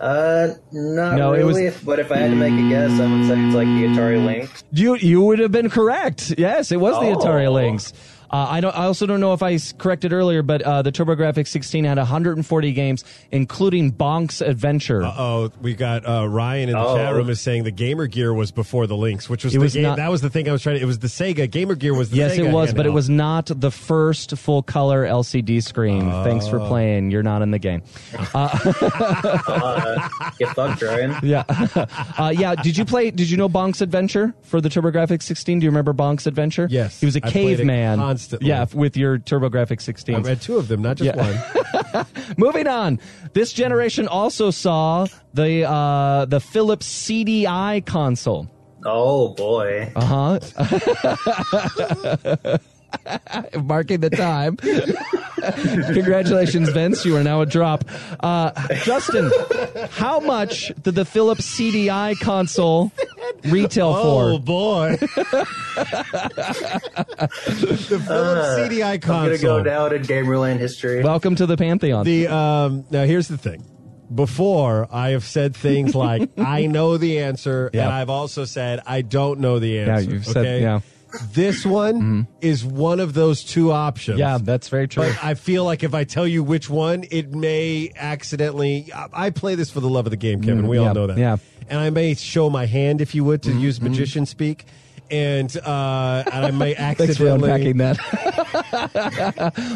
Speaker 5: Uh, not
Speaker 2: No, it was-
Speaker 5: really. If- but if I had to make a guess, I would say it's like the Atari Lynx.
Speaker 2: you you would have been correct. Yes, it was the
Speaker 5: Oh.
Speaker 2: Atari Lynx. Uh, I don't. I also don't know if I s- corrected earlier, but uh, the TurboGrafx 16 had 140 games, including Bonk's Adventure.
Speaker 1: Oh, we got uh, Ryan in the
Speaker 5: Oh.
Speaker 1: chat room is saying the Gamer Gear was before the Lynx, which was
Speaker 2: It
Speaker 1: the
Speaker 2: was
Speaker 1: game.
Speaker 2: not-
Speaker 1: that was the thing I was trying to. It was the Sega Gamer Gear was the
Speaker 2: Yes,
Speaker 1: Sega
Speaker 2: it was, but it
Speaker 1: handheld.
Speaker 2: was not the first full color LCD screen. Thanks
Speaker 1: Oh.
Speaker 2: for playing. You're not in the game.
Speaker 5: Get fucked, Ryan.
Speaker 2: Yeah, uh, yeah. Did you play? Did you know Bonk's Adventure for the TurboGrafx 16? Do you remember Bonk's Adventure?
Speaker 1: Yes,
Speaker 2: he was a
Speaker 1: I played it
Speaker 2: caveman.
Speaker 1: constantly.
Speaker 2: Yeah, f- with your TurboGrafx
Speaker 1: I
Speaker 2: 16.
Speaker 1: read two of them, not just one.
Speaker 2: Moving on. This generation also saw the uh, the Philips CDI console.
Speaker 5: Oh boy.
Speaker 2: Uh huh. Marking the time. Congratulations, Vince. You are now a drop. Uh, Justin, how much did the Philips CDI console retail
Speaker 1: Oh
Speaker 2: for?
Speaker 1: boy, the Philips CDI console.
Speaker 5: Uh, I'm gonna go down in Gamerland history.
Speaker 2: Welcome to the Pantheon.
Speaker 1: The um, now here's the thing. Before I have said things like I know the answer,
Speaker 2: Yeah.
Speaker 1: and I've also said I don't know the
Speaker 2: Yeah,
Speaker 1: answer.
Speaker 2: you've
Speaker 1: okay?
Speaker 2: said- yeah. Mm-hmm.
Speaker 1: This one is one of those two options.
Speaker 2: yeah, that's very true.
Speaker 1: But I feel like if I tell you which one, it may accidentally. I I play this for the love of the game, Kevin. We
Speaker 2: Mm, yeah,
Speaker 1: all know that.
Speaker 2: yeah. Mm-hmm,
Speaker 1: And I may show my hand, if you would, to use magician speak, and uh, and I may
Speaker 2: Thanks for
Speaker 1: accidentally.
Speaker 2: unpacking that.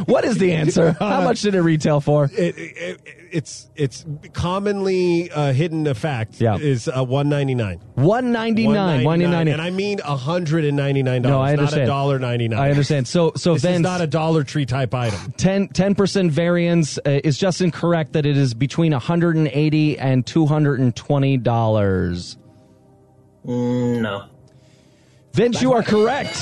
Speaker 2: what is the answer? How much did it retail for?
Speaker 1: it, it, it's it's commonly uh, hidden a fact
Speaker 2: Yeah.
Speaker 1: is uh, one ninety nine.
Speaker 2: One ninety nine. One ninety
Speaker 1: and I
Speaker 2: nine.
Speaker 1: mean hundred and ninety nine dollars.
Speaker 2: No, I
Speaker 1: Not a
Speaker 2: understand.
Speaker 1: dollar ninety nine.
Speaker 2: I understand. So, so
Speaker 1: This
Speaker 2: Vince,
Speaker 1: is not a Dollar Tree type item.
Speaker 2: 10 percent variance uh, is just incorrect. That it is between one hundred and eighty and two hundred and twenty dollars.
Speaker 5: Mm, no.
Speaker 2: Vince, you are correct.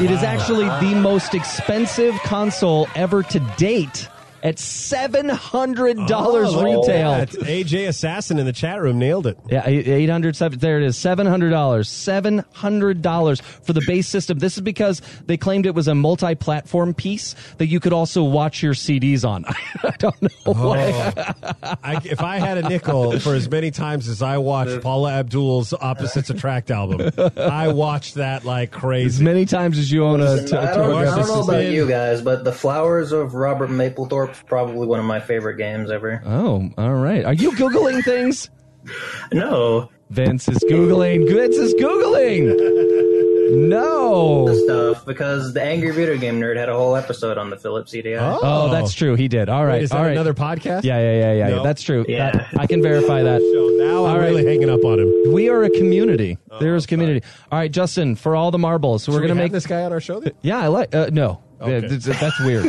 Speaker 2: It is actually the most expensive console ever to date at seven hundred dollars
Speaker 1: Oh,
Speaker 5: Oh,
Speaker 2: retail.
Speaker 1: Yeah, it's AJ Assassin in the chat room nailed it.
Speaker 2: Yeah, eight- 800 seven- there it is. $700. $700 for the base system. This is because they claimed it was a multi-platform piece that you could also watch your CDs on. I don't know why.
Speaker 1: Oh. I, if I had a nickel for as many times as I watched Paula Abdul's Opposites Attract album, I watched that like
Speaker 2: As
Speaker 1: crazy.
Speaker 2: many times as you own a
Speaker 5: Listen,
Speaker 2: to-
Speaker 5: I don't, I
Speaker 2: to-
Speaker 1: Telegraph
Speaker 5: don't know
Speaker 1: Assistant.
Speaker 5: about you guys, but The Flowers of Robert Mapplethorpe's probably one of my favorite games ever.
Speaker 2: Oh, all right. Are you Googling things? Uh,
Speaker 5: No,
Speaker 2: Vince is Googling. Vince is Googling. No. Oh,
Speaker 5: stuff because the Angry Video Game Nerd had a whole episode on the Philips E CDI.
Speaker 2: Oh, that's true. He did. All right.
Speaker 1: Wait, is that
Speaker 2: all right.
Speaker 1: another podcast?
Speaker 2: Yeah, yeah, yeah, yeah. yeah.
Speaker 1: No.
Speaker 2: That's true.
Speaker 5: Yeah.
Speaker 2: That- I can verify that.
Speaker 1: So now I'm
Speaker 2: All right.
Speaker 1: really hanging up on him.
Speaker 2: We are a community. there is community. All right, Justin, for all the marbles, we're
Speaker 1: Oh, Should we
Speaker 2: gonna
Speaker 1: have
Speaker 2: make
Speaker 1: this guy on our show. Then?
Speaker 2: Yeah, I like. Uh, no,
Speaker 1: Okay.
Speaker 2: Yeah, th- th- that's weird.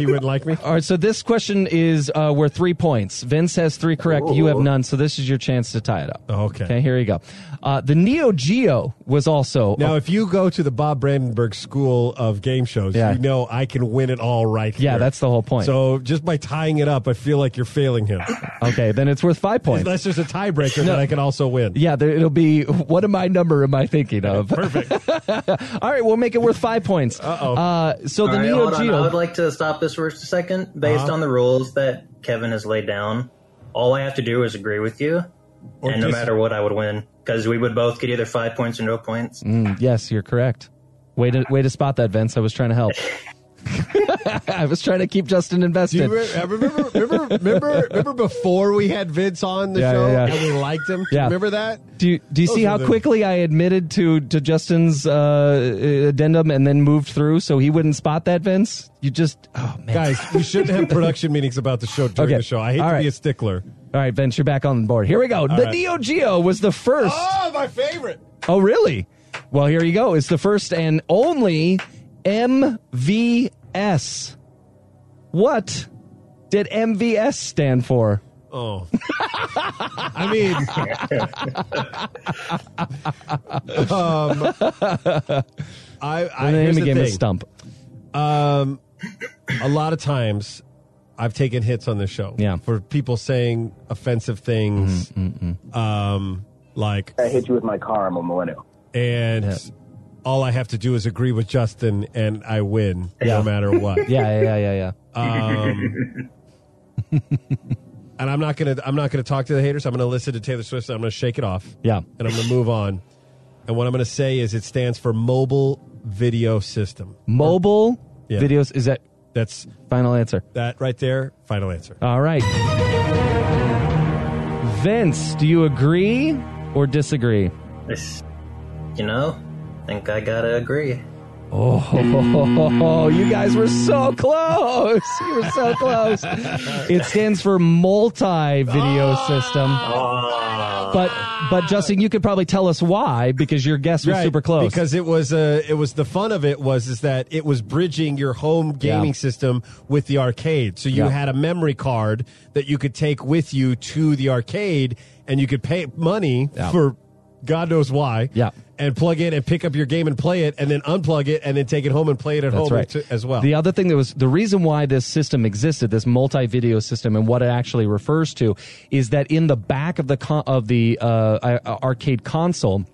Speaker 1: He wouldn't like me.
Speaker 2: all right, so this question is uh, worth three points. Vince has three correct. You have
Speaker 5: Ooh.
Speaker 2: none. So this is your chance to tie it up.
Speaker 1: Okay.
Speaker 2: Okay. Here you go. Uh, the Neo Geo was also
Speaker 1: Now, if you go to the Bob Brandenburg School of Game Shows,
Speaker 2: Yeah.
Speaker 1: you know I can win it all right
Speaker 2: Yeah,
Speaker 1: here.
Speaker 2: that's the whole point.
Speaker 1: So just by tying it up, I feel like you're failing him.
Speaker 2: okay. Then it's worth five points.
Speaker 1: Unless there's a tiebreaker that I can also win.
Speaker 2: Yeah, there, it'll be what am I number am I thinking of?
Speaker 1: Perfect.
Speaker 2: All right, we'll make it worth five points. Uh-oh. Uh So
Speaker 1: Oh,
Speaker 5: All
Speaker 2: the
Speaker 5: right,
Speaker 2: Neo
Speaker 5: hold on. I would
Speaker 2: Geo.
Speaker 5: like to stop this for just a second. Based
Speaker 1: Uh-huh.
Speaker 5: on the rules that Kevin has laid down, all I have to do is agree with you,
Speaker 1: Or
Speaker 5: and no
Speaker 1: dis-
Speaker 5: matter what, I would win because we would both get either five points or no points.
Speaker 1: Mm.
Speaker 2: Yes, you're correct. Way to way to spot that, Vince. I was trying to help. I was trying to keep Justin
Speaker 1: Do you
Speaker 2: invested.
Speaker 1: re- uh, remember, remember, remember, remember before we had Vince on the
Speaker 2: Yeah,
Speaker 1: show
Speaker 2: yeah, yeah.
Speaker 1: and we liked him? Do you
Speaker 2: Yeah.
Speaker 1: Remember that?
Speaker 2: Do you, do you
Speaker 1: Those
Speaker 2: see
Speaker 1: are
Speaker 2: how
Speaker 1: the-
Speaker 2: quickly I admitted to to Justin's uh, addendum and then moved through so he wouldn't spot that, Vince? You just oh man.
Speaker 1: Guys, we shouldn't have production meetings about the show during
Speaker 2: Okay.
Speaker 1: the show. I hate
Speaker 2: All
Speaker 1: to
Speaker 2: right.
Speaker 1: be a stickler.
Speaker 2: All right, Vince, you're back on board. Here we go. the
Speaker 1: right.
Speaker 2: Neo Geo was the first.
Speaker 1: Oh, my favorite.
Speaker 2: Oh, really? Well, here you go. It's the first and only MVS. What did MVS stand for?
Speaker 1: Oh. I mean, um, I, I,
Speaker 2: The name
Speaker 1: Uh, here's the
Speaker 2: of the game
Speaker 1: thing.
Speaker 2: is Stump.
Speaker 1: Um, a lot of times, I've taken hits on this show.
Speaker 2: Yeah. Mm,
Speaker 1: for people saying offensive things, um, like
Speaker 3: I hit you with my car. I'm a millennial.
Speaker 1: and. All I have to do is agree with Justin, and I win no matter what.
Speaker 2: Yeah, yeah, yeah, yeah, yeah.
Speaker 1: And I'm not gonna I'm not gonna talk to the haters. I'm gonna listen to Taylor Swift. And I'm gonna shake it off.
Speaker 2: Yeah.
Speaker 1: and I'm gonna move on. And what I'm gonna say is it stands for mobile video system.
Speaker 2: Mobile
Speaker 1: Yeah.
Speaker 2: videos is that
Speaker 1: That's
Speaker 2: final answer.
Speaker 1: that right there. Final answer.
Speaker 2: All right. Vince, do you agree or disagree?
Speaker 5: This- You know, I think I gotta agree.
Speaker 2: Oh, you guys were so close. You were so close. It stands for multi video system. But but Justin, you could probably tell us why because your guess was
Speaker 1: Right,
Speaker 2: super close.
Speaker 1: because it was uh, it was the fun of it was is that it was bridging your home gaming
Speaker 2: Yeah.
Speaker 1: system with the arcade. So you
Speaker 2: Yeah.
Speaker 1: had a memory card that you could take with you to the arcade, and you could pay money
Speaker 2: Yeah.
Speaker 1: for God knows why.
Speaker 2: Yeah.
Speaker 1: and plug in and pick up your game and play it, and then unplug it and then take it home and play it at
Speaker 2: That's
Speaker 1: home
Speaker 2: right.
Speaker 1: to- as well.
Speaker 2: The other thing that was the reason why this system existed, this multi-video system, and what it actually refers to, is that in the back of the con- of the uh, uh, arcade console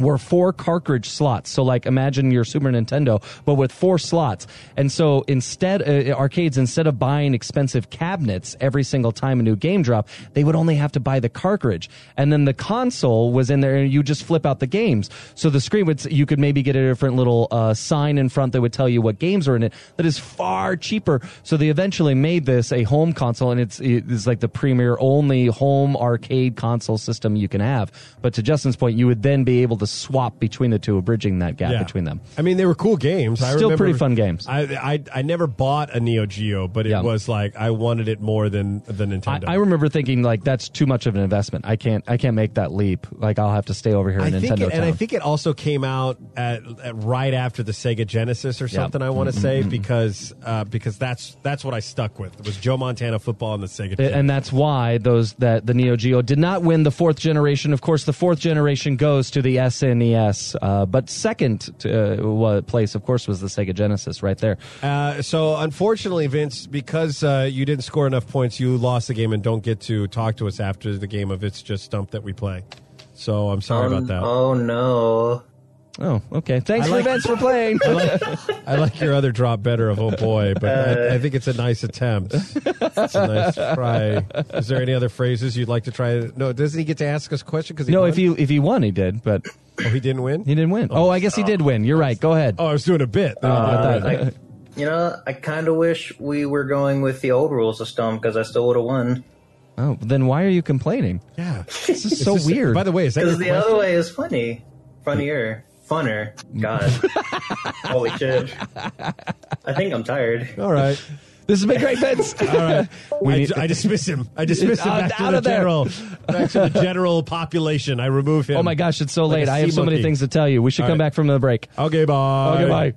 Speaker 2: were four cartridge slots. So like imagine your Super Nintendo, but with four slots. And so instead, uh, arcades instead of buying expensive cabinets every single time a new game drop, they would only have to buy the cartridge. And then the console was in there and you just flip out the games. So the screen would, s- you could maybe get a different little uh, sign in front that would tell you what games are in it that is far cheaper. So they eventually made this a home console and it's, it's like the premier only home arcade console system you can have. But to Justin's point, you would then be able to swap between the two, bridging that gap
Speaker 1: Yeah.
Speaker 2: between them.
Speaker 1: I mean, they were cool games. I
Speaker 2: Still
Speaker 1: remember-
Speaker 2: pretty fun games.
Speaker 1: I, I I never bought a Neo Geo, but it
Speaker 2: Yeah.
Speaker 1: was like I wanted it more than the
Speaker 2: I,
Speaker 1: Nintendo.
Speaker 2: I remember thinking like that's too much of an investment. I can't I can't make that leap. Like I'll have to stay over here in
Speaker 1: I
Speaker 2: Nintendo
Speaker 1: think it,
Speaker 2: Town.
Speaker 1: and I think it also came out at, at right after the Sega Genesis or something.
Speaker 2: Mm-hmm.
Speaker 1: I want to say because uh, because that's that's what I stuck with. It was Joe Montana football and the Sega.
Speaker 2: Th-
Speaker 1: Genesis.
Speaker 2: and that's why those that the Neo Geo did not win the fourth generation. Of course, the fourth generation goes to the SNES. Uh, but second to, uh, wa- place, of course, was the Sega Genesis right there.
Speaker 1: Uh, so unfortunately, Vince, because uh, you didn't score enough points, you lost the game and don't get to talk to us after the game of It's Just Stump that we play. So I'm sorry
Speaker 5: oh,
Speaker 1: about that.
Speaker 5: oh no.
Speaker 2: Oh, okay.
Speaker 1: I
Speaker 2: Thanks, for
Speaker 1: like-
Speaker 2: Vince, for playing.
Speaker 1: I like, I like your other drop better of oh boy, but
Speaker 5: Uh,
Speaker 1: I, I think it's a nice attempt. It's a nice try. Is there any other phrases you'd like to try? No, doesn't he get to ask us a question? Because
Speaker 2: no, if he if he won, he did, but
Speaker 1: oh, he didn't win.
Speaker 2: he didn't win. Oh, I guess he did win. You're right. Go ahead.
Speaker 1: Oh, I was doing a bit.
Speaker 2: I thought-
Speaker 5: I, you know, I kind of wish we were going with the old rules of Stump because I still would have won.
Speaker 2: Oh, then why are you complaining?
Speaker 1: yeah, this
Speaker 2: This is so weird.
Speaker 1: By the way, is that your
Speaker 5: Because the
Speaker 1: question?
Speaker 5: other way is funny, funnier, funner. God, holy shit! I think I'm tired.
Speaker 1: All right.
Speaker 2: this has been great, Vince.
Speaker 1: All right. I,
Speaker 2: need-
Speaker 1: I dismiss him. I dismiss him
Speaker 2: Out-
Speaker 1: back to
Speaker 2: out
Speaker 1: the
Speaker 2: of there.
Speaker 1: general, back to the general population. I remove him.
Speaker 2: oh my gosh, it's so
Speaker 1: Like
Speaker 2: late.
Speaker 1: a
Speaker 2: I have
Speaker 1: sea
Speaker 2: so many
Speaker 1: monkey.
Speaker 2: things to tell you. We should
Speaker 1: All
Speaker 2: come
Speaker 1: right.
Speaker 2: back from the break. Oh,
Speaker 1: Okay, bye.
Speaker 2: Okay, bye.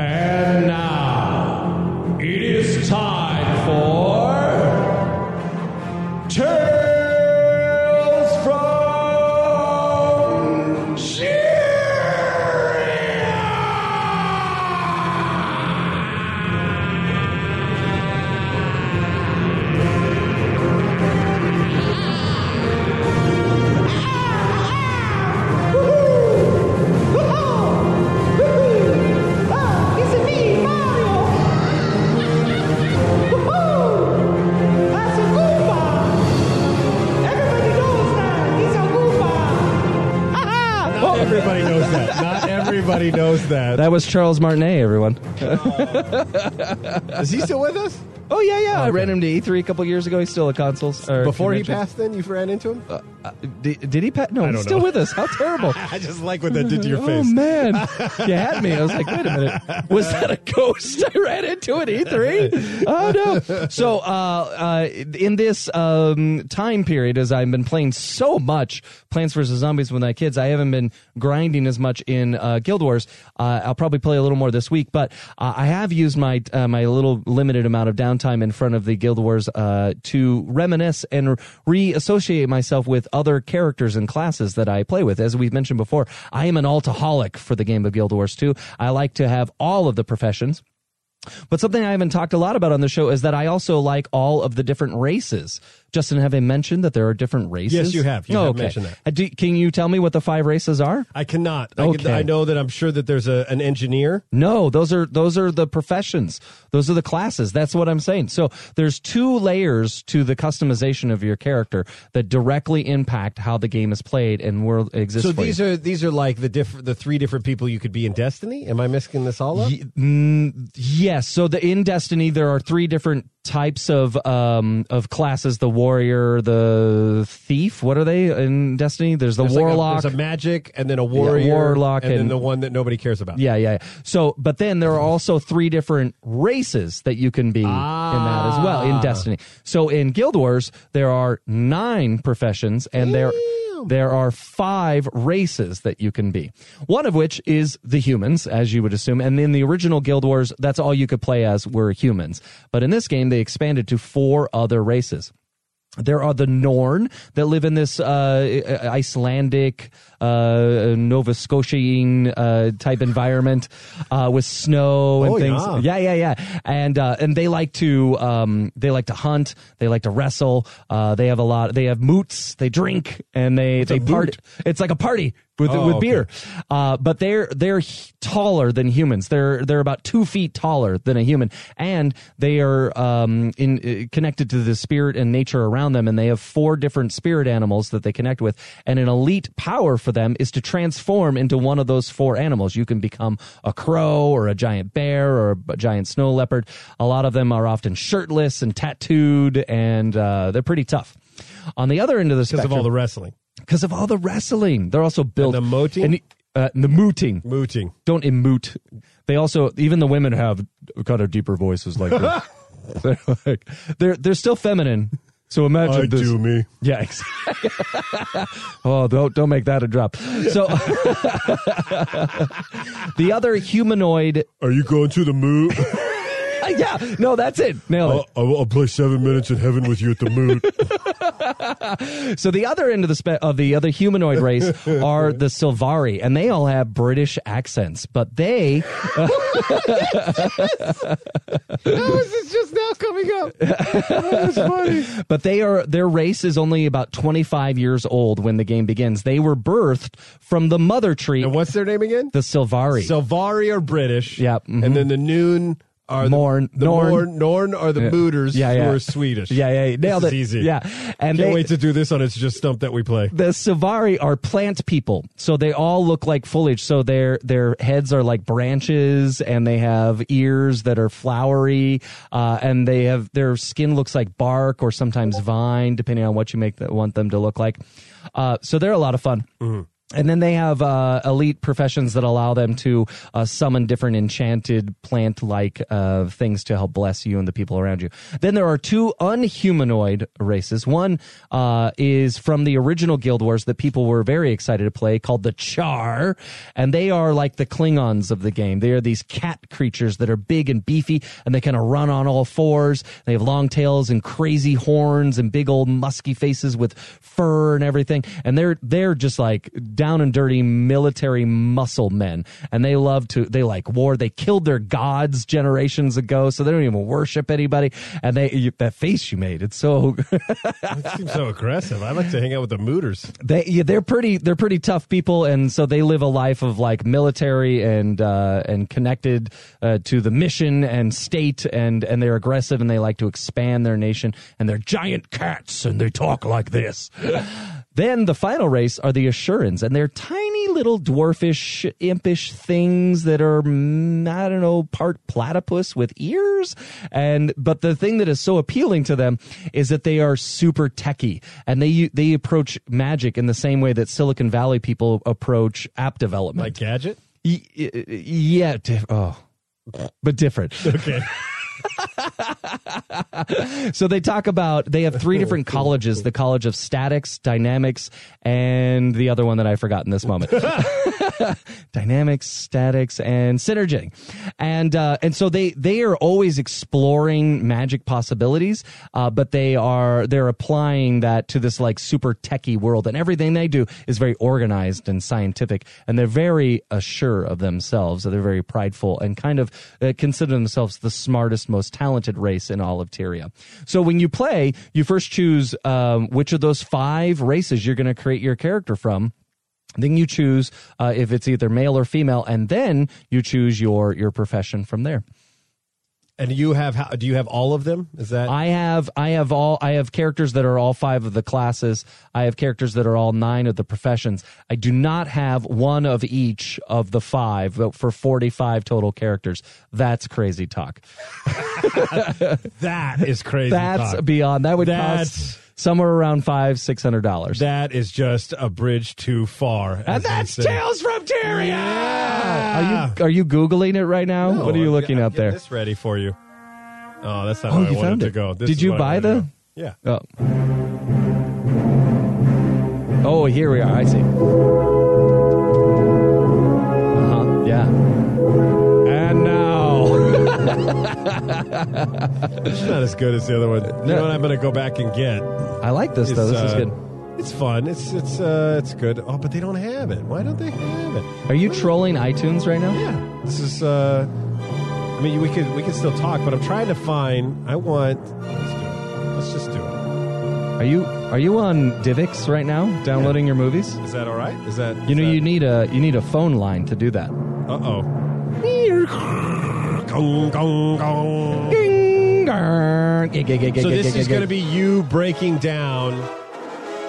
Speaker 2: And now it is time for Tales from
Speaker 1: Not everybody knows that. Not everybody knows that.
Speaker 2: That was Charles Martinet, everyone.
Speaker 1: Is he still with us?
Speaker 2: Oh yeah, yeah. I
Speaker 1: Okay.
Speaker 2: ran him to E3 a couple years ago. He's still at consoles. or
Speaker 1: Before he
Speaker 2: conventions.
Speaker 1: passed, then you ran into him.
Speaker 2: Did, did he pass? No,
Speaker 1: don't
Speaker 2: he's still
Speaker 1: know.
Speaker 2: with us. How terrible!
Speaker 1: I just like what that did to your
Speaker 2: Oh
Speaker 1: face.
Speaker 2: man, you had me. I was like, wait a minute, was that a ghost I ran into at E3? Oh no! So, uh, uh, in this um, time period, as I've been playing so much Plants vs Zombies with my kids, I haven't been grinding as much in uh, Guild Wars. Uh, I'll probably play a little more this week, but uh, I have used my uh, my little limited amount of downtime in front of the Guild Wars uh, to reminisce and reassociate myself with other characters and classes that I play with. As we've mentioned before, I am an altaholic for the game of Guild Wars 2. I like to have all of the professions. But something I haven't talked a lot about on the show is that I also like all of the different races. Justin, have I mentioned that there are different races?
Speaker 1: Yes, you have. You
Speaker 2: Oh,
Speaker 1: have
Speaker 2: okay.
Speaker 1: mentioned that.
Speaker 2: Uh, do- can you tell me what the five races are?
Speaker 1: I cannot. I,
Speaker 2: Okay.
Speaker 1: can, I know that I'm sure that there's a, an engineer.
Speaker 2: No, those are those are the professions. Those are the classes. That's what I'm saying. So there's two layers to the customization of your character that directly impact how the game is played and world exists.
Speaker 1: So
Speaker 2: for
Speaker 1: these
Speaker 2: you.
Speaker 1: are these are like the different the three different people you could be in Destiny. Am I mixing this all up?
Speaker 2: yes. So the in Destiny there are three different types of um of classes: the warrior, the thief. What are they in Destiny? There's the
Speaker 1: There's like a-
Speaker 2: warlock.
Speaker 1: there's a magic, and then a warrior,
Speaker 2: warlock
Speaker 1: and, then
Speaker 2: and-
Speaker 1: the one that nobody cares about.
Speaker 2: yeah, yeah. yeah. So, but then there are also three different races that you can be in that as well
Speaker 1: Ah.
Speaker 2: in Destiny. So in Guild Wars, there are nine professions, and there there are five races that you can be. One of which is the humans, as you would assume. And in the original Guild Wars, that's all you could play as were humans. But in this game, they expanded to four other races there are the Norn that live in this uh, Icelandic, uh, Nova Scotian uh, type environment uh, with snow and
Speaker 1: Oh,
Speaker 2: things.
Speaker 1: yeah.
Speaker 2: Yeah, yeah, yeah. And uh, and they like to um, they like to hunt. They like to wrestle. Uh, they have a lot. They have moots. They drink and they they party. It's like a party with
Speaker 1: Oh,
Speaker 2: with
Speaker 1: okay.
Speaker 2: beer. Uh, but they're they're h- taller than humans. They're they're about two feet taller than a human, and they are um, in uh, connected to the spirit and nature around them. And they have four different spirit animals that they connect with. And an elite power for them is to transform into one of those four animals. You can become a crow or a giant bear or a b- giant snow leopard. A lot of them are often shirtless and tattooed, and uh, they're pretty tough. On the other end of the
Speaker 1: because
Speaker 2: spectrum,
Speaker 1: of all the wrestling,
Speaker 2: because of all the wrestling. They're also built
Speaker 1: the moting?
Speaker 2: and, uh, and the mooting.
Speaker 1: mooting.
Speaker 2: Don't emoot. They also even the women have kind of deeper voices like this. they're like they're they're still feminine. So imagine this.
Speaker 1: me.
Speaker 2: Yeah, exactly. oh, don't don't make that a drop. So the other humanoid
Speaker 1: Are you going to the moot?
Speaker 2: uh, yeah, no, that's it. Nailed it.
Speaker 1: I'll, I'll play seven minutes in heaven with you at the moon.
Speaker 2: So the other end of the spe- of the other humanoid race are the Silvari, and they all have British accents, but they
Speaker 1: How is this just now coming up? That's funny.
Speaker 2: but they are their race is only about twenty five years old when the game begins. They were birthed from the mother tree,
Speaker 1: And what's their name again?
Speaker 2: the Silvari.
Speaker 1: Silvari are British.
Speaker 2: Yep, mhm.
Speaker 1: And then the Noon are the-
Speaker 2: Norn-
Speaker 1: The
Speaker 2: Norn.
Speaker 1: Norn, Norn are the
Speaker 2: Yeah.
Speaker 1: Booters
Speaker 2: Yeah, yeah.
Speaker 1: who are Swedish.
Speaker 2: yeah, yeah, yeah, nailed
Speaker 1: this
Speaker 2: it.
Speaker 1: is easy.
Speaker 2: Yeah,
Speaker 1: Can't
Speaker 2: and they,
Speaker 1: wait to do this on It's Just Stump that we play.
Speaker 2: the Savari are plant people, so they all look like foliage. So their their heads are like branches, and they have ears that are flowery, uh, and they have their skin looks like bark or sometimes vine, depending on what you make that want them to look like. Uh, so they're a lot of fun.
Speaker 1: Mm-hmm.
Speaker 2: And then they have uh, elite professions that allow them to uh, summon different enchanted plant like uh, things to help bless you and the people around you. Then there are two unhumanoid races. One uh, is from the original Guild Wars that people were very excited to play called the Char. And they are like the Klingons of the game. They are these cat creatures that are big and beefy and they kind of run on all fours. They have long tails and crazy horns and big old musky faces with fur and everything. And they're they're just like down and dirty military muscle men. And they love to they like war. They killed their gods generations ago, so they don't even worship anybody. And they you, that face you made, it's so
Speaker 1: Seems so aggressive. I like to hang out with the Mooters.
Speaker 2: they yeah, they're pretty they're pretty tough people, and so they live a life of like military and uh, and connected uh, to the mission and state, and and they're aggressive and they like to expand their nation, and they're giant cats and they talk like this. then the final race are the Assurans, and they're tiny little dwarfish, impish things that are mm, I don't know part platypus with ears, and but the thing that is so appealing to them is that they are super techie and they they approach magic in the same way that Silicon Valley people approach app
Speaker 1: Like
Speaker 2: development.
Speaker 1: Gadget?
Speaker 2: Y- y- y- yeah, diff- oh, but different.
Speaker 1: Okay.
Speaker 2: So they talk about they have three different colleges: the College of Statics, Dynamics, and the other one that I forgot in this moment. dynamics, statics, and synergy, and uh, and so they they are always exploring magic possibilities, uh, but they are they're applying that to this like super techie world, and everything they do is very organized and scientific, and they're very assured of themselves. So they're very prideful and kind of uh, consider themselves the smartest, most talented race in all of Tyria. So when you play, you first choose um, which of those five races you're going to create your character from then you choose uh, if it's either male or female and then you choose your your profession from there
Speaker 1: And you have how, do you have all of them? Is that
Speaker 2: i have i have all i have characters that are all five of the classes i have characters that are all nine of the professions i do not have one of each of the five but for 45 total characters that's crazy talk
Speaker 1: that is crazy.
Speaker 2: that's
Speaker 1: talk.
Speaker 2: beyond that would
Speaker 1: That's-
Speaker 2: cost somewhere around five six hundred dollars
Speaker 1: that is just a bridge too far.
Speaker 2: and that's
Speaker 1: tails.
Speaker 2: tales from Tyria.
Speaker 1: Yeah!
Speaker 2: Are you are you googling it right now? what are you looking
Speaker 1: i
Speaker 2: up there?
Speaker 1: Oh, This ready for you. Oh, that's not
Speaker 2: Oh,
Speaker 1: how I
Speaker 2: you
Speaker 1: wanted
Speaker 2: found
Speaker 1: to
Speaker 2: it.
Speaker 1: go. This
Speaker 2: Did
Speaker 1: is
Speaker 2: you
Speaker 1: what I
Speaker 2: buy
Speaker 1: wanted to
Speaker 2: the-
Speaker 1: go. Yeah.
Speaker 2: Oh. Oh, here we are. I see. Uh-huh. Yeah. And now.
Speaker 1: It's not as good as the other one. You know what I'm going to go back and get?
Speaker 2: I like this, though. This is
Speaker 1: uh,
Speaker 2: good.
Speaker 1: It's fun. It's it's uh, it's good. Oh, but they don't have it. Why don't they have it?
Speaker 2: Are you trolling iTunes right now?
Speaker 1: Yeah. This is. Uh, I mean, we could we could still talk, but I'm trying to find. I want. Let's do it. Let's just do it.
Speaker 2: Are you are you on Divx right now downloading your movies?
Speaker 1: Is that all right? Is that
Speaker 2: You know you need a you need a phone line to do that.
Speaker 1: Uh oh. So this is going to be you breaking down.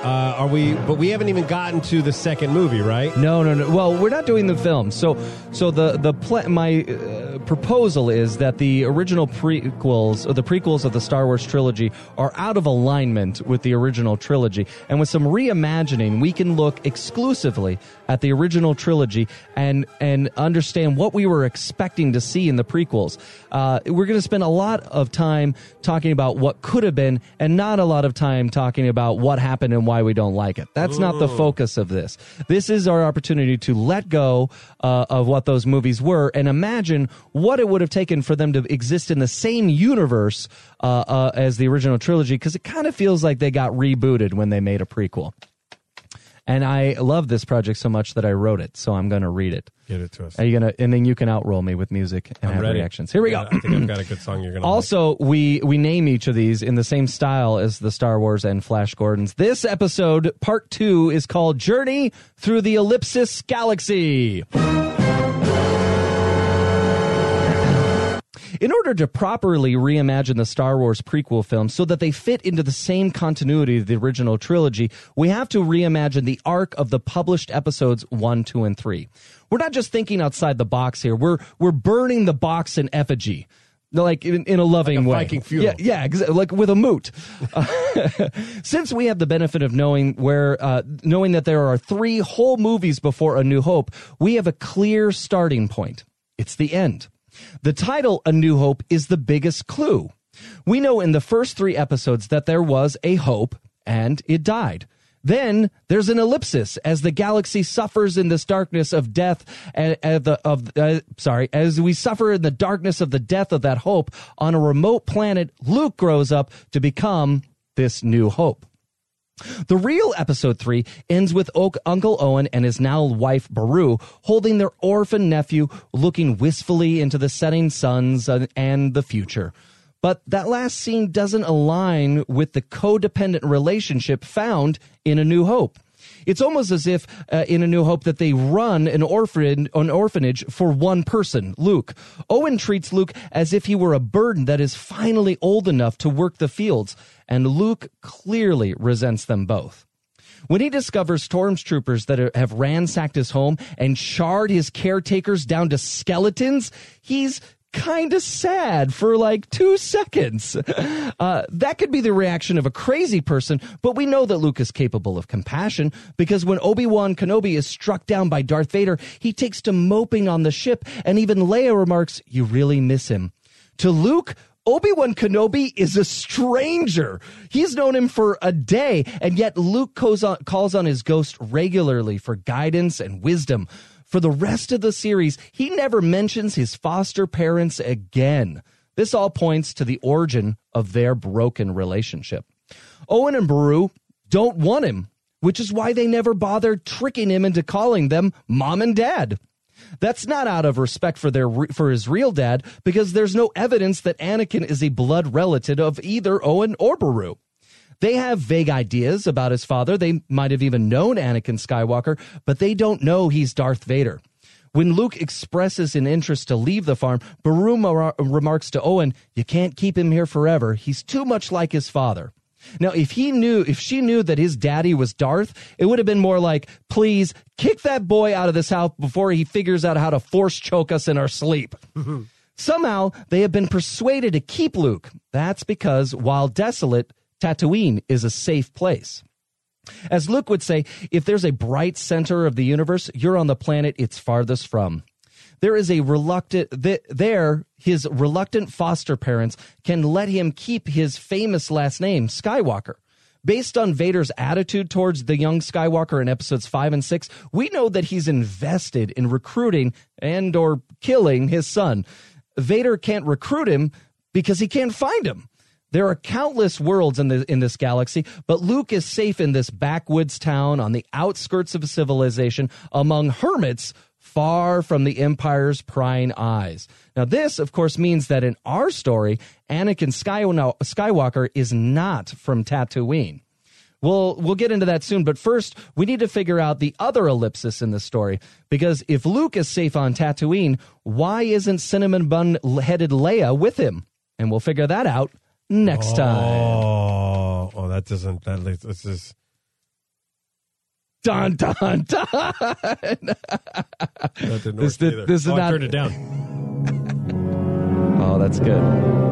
Speaker 1: Uh, are we? But we haven't even gotten to the second movie, right?
Speaker 2: No, no, no. Well, we're not doing the film. So, so the the pla my uh, proposal is that the original prequels, or the prequels of the Star Wars trilogy, are out of alignment with the original trilogy, and with some reimagining, we can look exclusively at the original trilogy and and understand what we were expecting to see in the prequels. Uh, we're going to spend a lot of time talking about what could have been, and not a lot of time talking about what happened and why we don't like it. That's not the
Speaker 6: Oh.
Speaker 2: focus of this. This is our opportunity to let go uh, of what those movies were and imagine what it would have taken for them to exist in the same universe uh, uh, as the original trilogy because it kind of feels like they got rebooted when they made a prequel. And I love this project so much that I wrote it, so I'm going to read it.
Speaker 6: Get it to us.
Speaker 2: Are you gonna? And then you can outroll me with music and
Speaker 6: I'm
Speaker 2: have
Speaker 6: ready.
Speaker 2: reactions. Here we
Speaker 6: Yeah,
Speaker 2: go.
Speaker 6: I think I've got a good song you're gonna. like.
Speaker 2: Also, we we name each of these in the same style as the Star Wars and Flash Gordons. This episode, part two, is called "Journey Through the Ellipsis Galaxy." In order to properly reimagine the Star Wars prequel films so that they fit into the same continuity of the original trilogy, we have to reimagine the arc of the published episodes 1, 2, and 3. We're not just thinking outside the box here. We're we're burning the box in effigy. Like in, in a loving way,
Speaker 6: Viking funeral.
Speaker 2: Yeah, yeah, exa- like with a moot. Uh, since we have the benefit of knowing where, uh, knowing that there are three whole movies before A New Hope, we have a clear starting point. It's the end. The title, A New Hope, is the biggest clue. We know in the first three episodes that there was a hope and it died. Then there's an ellipsis as the galaxy suffers in this darkness of death and, and the, of uh, sorry as we suffer in the darkness of the death of that hope on a remote planet Luke grows up to become this new hope. The real episode three ends with Oak, Uncle Owen and his now wife Baru holding their orphan nephew, looking wistfully into the setting suns and- and the future. But that last scene doesn't align with the codependent relationship found in A New Hope. It's almost as if uh, in A New Hope that they run an orphan an orphanage for one person, Luke. Owen treats Luke as if he were a burden that is finally old enough to work the fields, and Luke clearly resents them both. When he discovers stormtroopers that have ransacked his home and charred his caretakers down to skeletons, he's kind of sad for like two seconds. Uh, that could be the reaction of a crazy person, but we know that Luke is capable of compassion because when Obi Wan Kenobi is struck down by Darth Vader, he takes to moping on the ship, and even Leia remarks, You really miss him. To Luke, Obi Wan Kenobi is a stranger. He's known him for a day, and yet Luke calls on, calls on his ghost regularly for guidance and wisdom. For the rest of the series, he never mentions his foster parents again. This all points to the origin of their broken relationship. Owen and Baru don't want him, which is why they never bother tricking him into calling them mom and dad. That's not out of respect for their for his real dad because there's no evidence that Anakin is a blood relative of either Owen or Baru. They have vague ideas about his father. They might have even known Anakin Skywalker, but they don't know he's Darth Vader. When Luke expresses an interest to leave the farm, Baru mar- remarks to Owen, "You can't keep him here forever. He's too much like his father." Now, if he knew, if she knew that his daddy was Darth, it would have been more like, please kick that boy out of this house before he figures out how to force choke us in our sleep. Somehow, they have been persuaded to keep Luke. That's because while desolate, Tatooine is a safe place. As Luke would say, if there's a bright center of the universe, you're on the planet it's farthest from. There is a reluctant, th- there, his reluctant foster parents can let him keep his famous last name, Skywalker. Based on Vader's attitude towards the young Skywalker in episodes 5 and 6, we know that he's invested in recruiting and or killing his son. Vader can't recruit him because he can't find him. There are countless worlds in, the, in this galaxy, but Luke is safe in this backwoods town on the outskirts of civilization among hermits far from the Empire's prying eyes. Now, this, of course, means that in our story, Anakin Sky- Skywalker is not from Tatooine. We'll we'll get into that soon, but first we need to figure out the other ellipsis in this story because if Luke is safe on Tatooine, why isn't cinnamon bun headed Leia with him? And we'll figure that out next time.
Speaker 6: Oh, oh, that doesn't. That li- this is.
Speaker 2: Dun dun dun.
Speaker 6: That didn't
Speaker 2: This
Speaker 6: work
Speaker 2: did-
Speaker 6: either.
Speaker 2: this is
Speaker 6: oh, I
Speaker 2: not-
Speaker 6: turned it down.
Speaker 2: Oh, that's good. Oh,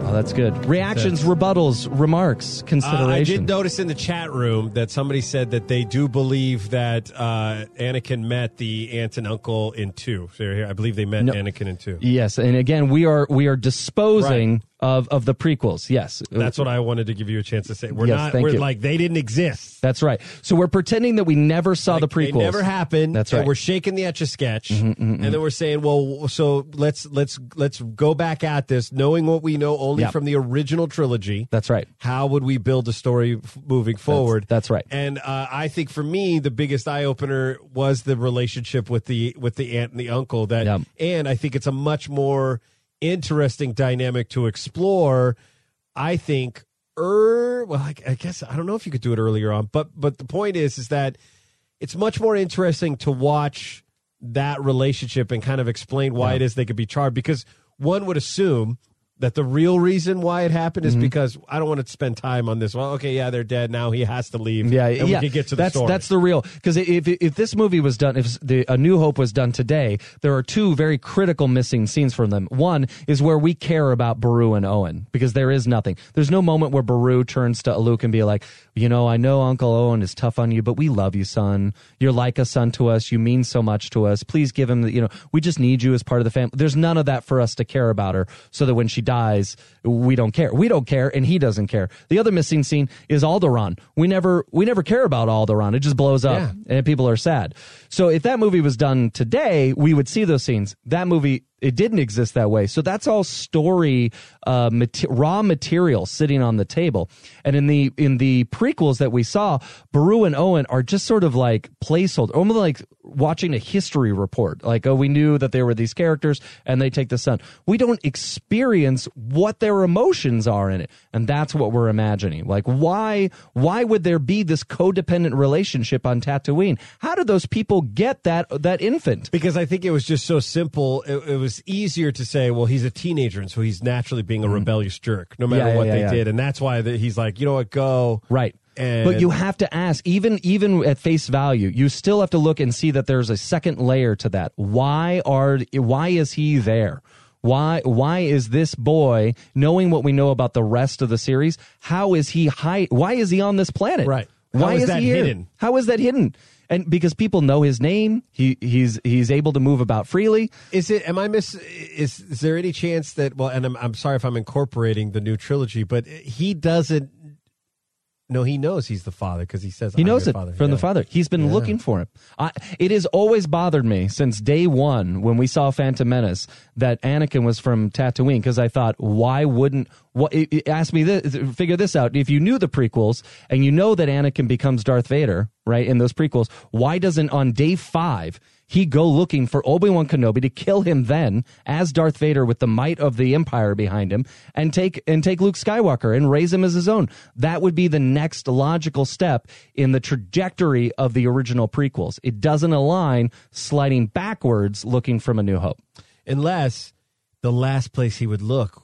Speaker 2: Oh, that's good. Reactions, rebuttals, remarks,
Speaker 6: Uh, I did
Speaker 2: considerations.
Speaker 6: notice in the chat room that somebody said that they do believe that uh, Anakin met the aunt and uncle in two. So here, I believe they met
Speaker 2: No.
Speaker 6: Anakin in two.
Speaker 2: yes, and again, we are we are disposing
Speaker 6: Right.
Speaker 2: of of the prequels. Yes,
Speaker 1: That's what I wanted to give you a chance to say. We're not. We're like they didn't exist.
Speaker 2: That's right. So we're pretending that we never saw the prequels.
Speaker 1: It never happened.
Speaker 2: That's
Speaker 1: and
Speaker 2: right. Mm-hmm,
Speaker 1: We're shaking the etch a sketch, and then we're saying, "Well, so let's let's let's go back at this, knowing what we know only
Speaker 2: Yep.
Speaker 1: from the original trilogy.
Speaker 2: That's right.
Speaker 1: How would we build a story f- moving forward?
Speaker 2: that's right.
Speaker 1: And uh, I think for me, the biggest eye opener was the relationship with the with the aunt and the uncle. That,
Speaker 2: Yep.
Speaker 1: and I think it's a much more interesting dynamic to explore. I think. Er, well, I, I guess I don't know if you could do it earlier on, but but the point is, is that it's much more interesting to watch that relationship and kind of explain why it is they could be charred because one would assume that the real reason why it happened is because I don't want to spend time on this. Well, okay, yeah, they're dead now. He has to leave.
Speaker 2: Yeah,
Speaker 1: and
Speaker 2: yeah.
Speaker 1: We can get to the
Speaker 2: that's
Speaker 1: story.
Speaker 2: that's the real because if if this movie was done, if the A New Hope was done today, there are two very critical missing scenes from them. One is where we care about Baru and Owen because there is nothing. There's no moment where Baru turns to Luke and be like, you know, I know Uncle Owen is tough on you, but we love you, son. You're like a son to us. You mean so much to us. Please give him, the, you know, we just need you as part of the family. There's none of that for us to care about her, so that when she dies, we don't care. We don't care, and he doesn't care. The other missing scene is Alderaan. We never we never care about Alderaan. It just blows up, and people are sad. So if that movie was done today, we would see those scenes. That movie it didn't exist that way. So that's all story, uh, mate- raw material sitting on the table. And in the in the prequels that we saw, Baru and Owen are just sort of like placeholder, almost like watching a history report. Like, oh, we knew that there were these characters, and they take the sun. We don't experience what their emotions are in it, and that's what we're imagining. Like, why why would there be this codependent relationship on Tatooine? How do those people get that that infant?
Speaker 1: because I think it was just so simple. It, it was easier to say, well, he's a teenager, and so he's naturally being a rebellious jerk, no matter
Speaker 2: Mm-hmm. Yeah, yeah,
Speaker 1: what
Speaker 2: yeah,
Speaker 1: they
Speaker 2: yeah.
Speaker 1: did, and that's why the, he's like, you know what, go
Speaker 2: Right.
Speaker 1: And
Speaker 2: but you have to ask, even even at face value, you still have to look and see that there's a second layer to that. Why are why is he there? Why why is this boy knowing what we know about the rest of the series? How is he high? Why is he on this planet?
Speaker 1: Right. How
Speaker 2: Why
Speaker 1: is
Speaker 2: is,
Speaker 1: that
Speaker 2: he here?
Speaker 1: hidden?
Speaker 2: How is that hidden? And because people know his name, he he's he's able to move about freely.
Speaker 1: Is it? Am I miss? Is is there any chance that? Well, and I'm I'm sorry if I'm incorporating the new trilogy, but he doesn't. No, he knows he's the father because he says
Speaker 2: He
Speaker 1: "I'm
Speaker 2: knows
Speaker 1: your
Speaker 2: it
Speaker 1: father.
Speaker 2: from the
Speaker 1: Yeah.
Speaker 2: father. He's been looking for him. I, it has always bothered me since day one when we saw Phantom Menace that Anakin was from Tatooine because I thought, why wouldn't? What it, it asked me this? Figure this out. If you knew the prequels and you know that Anakin becomes Darth Vader, right? In those prequels, why doesn't on day five? He go looking for Obi Wan Kenobi to kill him then as Darth Vader with the might of the Empire behind him, and take and take Luke Skywalker and raise him as his own. That would be the next logical step in the trajectory of the original prequels. It doesn't align, sliding backwards, looking from A New Hope.
Speaker 1: Unless the last place he would look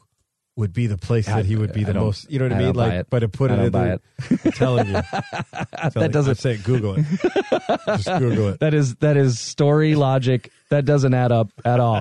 Speaker 1: would be the place that he would be
Speaker 2: I
Speaker 1: the
Speaker 2: don't-
Speaker 1: most. You know what I
Speaker 2: I
Speaker 1: mean?
Speaker 2: don't buy
Speaker 1: like,
Speaker 2: it.
Speaker 1: but to put
Speaker 2: I
Speaker 1: it
Speaker 2: don't
Speaker 1: in
Speaker 2: buy
Speaker 1: the, I'm telling you, that
Speaker 2: doesn't-
Speaker 1: say. it. Google it. Just Google it.
Speaker 2: That is that is story logic that doesn't add up at all.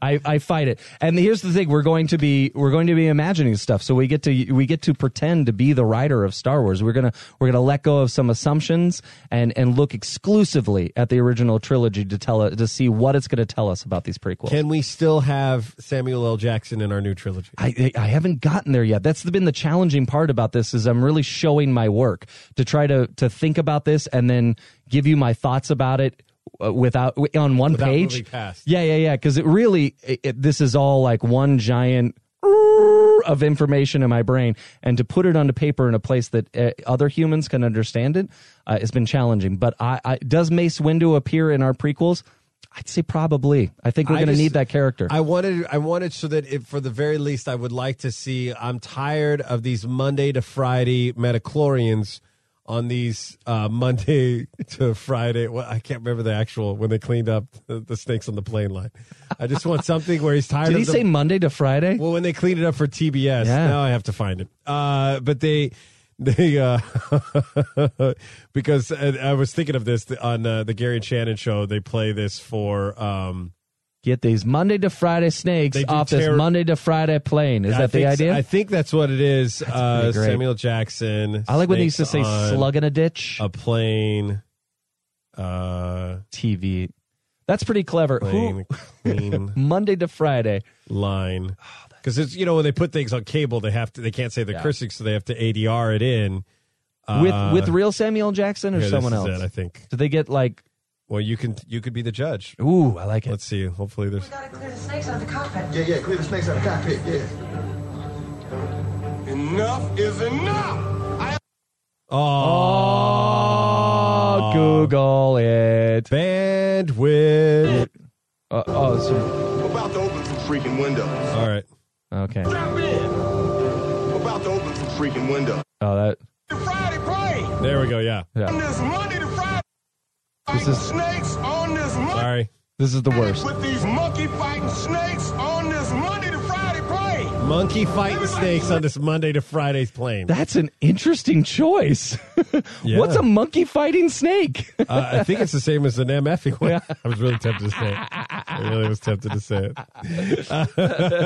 Speaker 2: I, I fight it. And here's the thing: we're going to be we're going to be imagining stuff. So we get to we get to pretend to be the writer of Star Wars. We're gonna we're gonna let go of some assumptions and and look exclusively at the original trilogy to tell it to see what it's going to tell us about these prequels.
Speaker 1: Can we still have Samuel L. Jackson in our new trilogy?
Speaker 2: I, I I haven't gotten there yet. That's been the challenging part about this is I'm really showing my work to try to to think about this and then give you my thoughts about it uh, without on one
Speaker 1: Without moving
Speaker 2: page.
Speaker 1: past.
Speaker 2: Yeah, yeah, yeah. Because it really it, it- this is all like one giant of information in my brain, and to put it onto paper in a place that uh, other humans can understand it, uh, it's been challenging. But I, I does Mace Windu appear in our prequels? I'd say probably. I think we're
Speaker 1: I
Speaker 2: going to
Speaker 1: just-
Speaker 2: need that character.
Speaker 1: I wanted, I wanted so that it, for the very least, I would like to see. I'm tired of these Monday to Friday metachlorians on these uh, Monday to Friday. Well, I can't remember the actual when they cleaned up the, the snakes on the plane line. I just want something where he's tired.
Speaker 2: Did
Speaker 1: of
Speaker 2: he
Speaker 1: the-
Speaker 2: say Monday to Friday?
Speaker 1: Well, when they cleaned it up for TBS,
Speaker 2: Yeah.
Speaker 1: now I have to find it. Uh, but they, they, uh, because uh, I was thinking of this on uh, the Gary and Shannon show. They play this for. Um,
Speaker 2: get these Monday to Friday snakes
Speaker 1: They do
Speaker 2: off
Speaker 1: terror-
Speaker 2: this Monday to Friday plane. Is
Speaker 1: I
Speaker 2: that the
Speaker 1: think-
Speaker 2: idea?
Speaker 1: I think that's what it is. Uh,
Speaker 2: pretty great.
Speaker 1: Samuel Jackson.
Speaker 2: I, like when they used to
Speaker 1: snakes
Speaker 2: say
Speaker 1: on
Speaker 2: slug in a ditch.
Speaker 1: a plane. Uh,
Speaker 2: TV. That's pretty clever. Who-
Speaker 1: plane clean
Speaker 2: Monday to Friday.
Speaker 1: line because it's you know when they put things on cable, they have to they can't say the
Speaker 2: Ah, Yeah.
Speaker 1: cursing, so they have to ADR it in. Uh,
Speaker 2: with with real Samuel Jackson or
Speaker 1: here, this
Speaker 2: someone
Speaker 1: is it,
Speaker 2: else?
Speaker 1: I think.
Speaker 2: Do they get like?
Speaker 1: Well, you can you could be the judge.
Speaker 2: Ooh, I like it.
Speaker 1: Let's see. Hopefully, there's
Speaker 9: gotta clear the snakes out of the cockpit.
Speaker 5: Yeah, yeah, clear the snakes out of the cockpit, yeah. Enough is enough!
Speaker 2: Oh, Google it.
Speaker 1: bandwidth.
Speaker 2: Uh, oh, so-
Speaker 5: I'm about to open some freaking windows.
Speaker 1: All right.
Speaker 2: okay.
Speaker 5: Drop in! I'm about to open some freaking windows.
Speaker 2: Oh, that.
Speaker 5: The Friday play!
Speaker 1: There we go. Yeah.
Speaker 5: On
Speaker 2: Yeah.
Speaker 5: this Monday to Friday, fighting
Speaker 2: is-
Speaker 5: snakes on this Monday.
Speaker 1: Sorry.
Speaker 2: This is the worst.
Speaker 5: With these monkey fighting snakes on this Monday to Friday play.
Speaker 1: Monkey fighting snakes on this Monday to Friday's plane.
Speaker 2: That's an interesting choice.
Speaker 1: Yeah.
Speaker 2: What's a monkey fighting snake?
Speaker 1: Uh, I think it's the same as the Nameffy E one. I was really tempted to say it. I really was tempted to say it.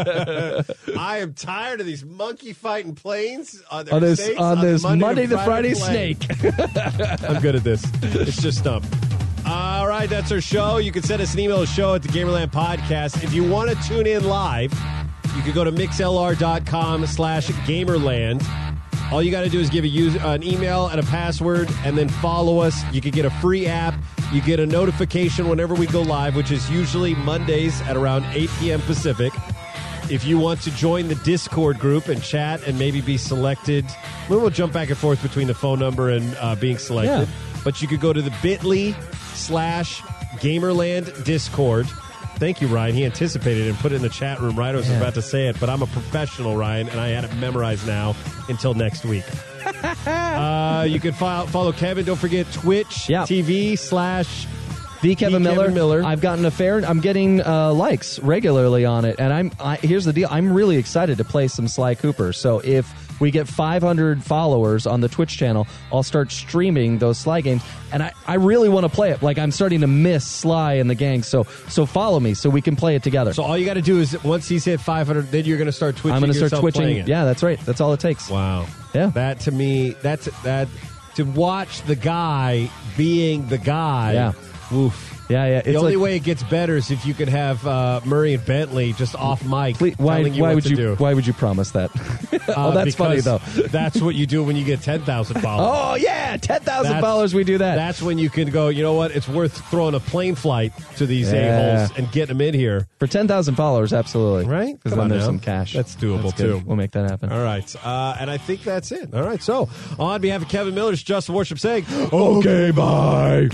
Speaker 1: I am tired of these monkey fighting planes on, their
Speaker 2: on this
Speaker 1: snakes
Speaker 2: on this Monday, to Friday,
Speaker 1: plane.
Speaker 2: snake.
Speaker 1: I'm good at this. It's just dumb. All right, that's our show. You can send us an email to show at the Gamerland Podcast. If you want to tune in live, you can go to mixlr.com slash gamerland. All you got to do is give a user, an email and a password and then follow us. You can get a free app. You get a notification whenever we go live, which is usually Mondays at around 8 p.m. Pacific. If you want to join the Discord group and chat and maybe be selected, we'll we'll jump back and forth between the phone number and uh, being selected. But you could go to the bit.ly slash Gamerland Discord. Thank you, Ryan. He anticipated it and put it in the chat room right I was about to say it, but I'm a professional, Ryan, and I had it memorized now until next week. uh, you can file, follow Kevin. Don't forget Twitch
Speaker 2: Yeah.
Speaker 1: TV slash
Speaker 2: The
Speaker 1: Kevin
Speaker 2: Kevin, Miller.
Speaker 1: Miller.
Speaker 2: I've gotten a fair. I'm getting uh, likes regularly on it, and I'm. I, here's the deal. I'm really excited to play some Sly Cooper. So if we get 500 followers on the Twitch channel, I'll start streaming those Sly games, and I, I really want to play it. Like I'm starting to miss Sly and the gang. So so follow me so we can play it together.
Speaker 1: So all you got to do is once he's hit 500, then you're going to start twitching.
Speaker 2: I'm
Speaker 1: going to
Speaker 2: start twitching.
Speaker 1: It.
Speaker 2: Yeah, that's right. That's all it takes.
Speaker 1: Wow.
Speaker 2: Yeah.
Speaker 1: That to me, that's that to watch the guy being the guy.
Speaker 2: Yeah.
Speaker 1: Woof.
Speaker 2: Yeah, yeah.
Speaker 1: the
Speaker 2: it's
Speaker 1: only
Speaker 2: like-
Speaker 1: way it gets better is if you could have uh, Murray and Bentley just off mic
Speaker 2: Please, why
Speaker 1: telling you
Speaker 2: why
Speaker 1: what
Speaker 2: would
Speaker 1: to
Speaker 2: you
Speaker 1: do.
Speaker 2: why would you promise that? oh,
Speaker 1: Uh,
Speaker 2: that's funny
Speaker 1: because
Speaker 2: though.
Speaker 1: that's what you do when you get ten thousand followers.
Speaker 2: Oh yeah, ten thousand
Speaker 1: That's-
Speaker 2: dollars. We do that.
Speaker 1: That's when you can go. You know what? It's worth throwing a plane flight to these
Speaker 2: Yeah.
Speaker 1: a holes and getting them in here.
Speaker 2: For 10,000 followers, absolutely.
Speaker 1: Right?
Speaker 2: Because
Speaker 1: Come
Speaker 2: then
Speaker 1: on
Speaker 2: there's
Speaker 1: now.
Speaker 2: some cash.
Speaker 1: That's doable,
Speaker 2: good.
Speaker 1: too.
Speaker 2: We'll make that happen.
Speaker 1: All right. Uh, and I think that's it. All right. So, on behalf of Kevin Miller, it's Justin Worship saying, okay, bye.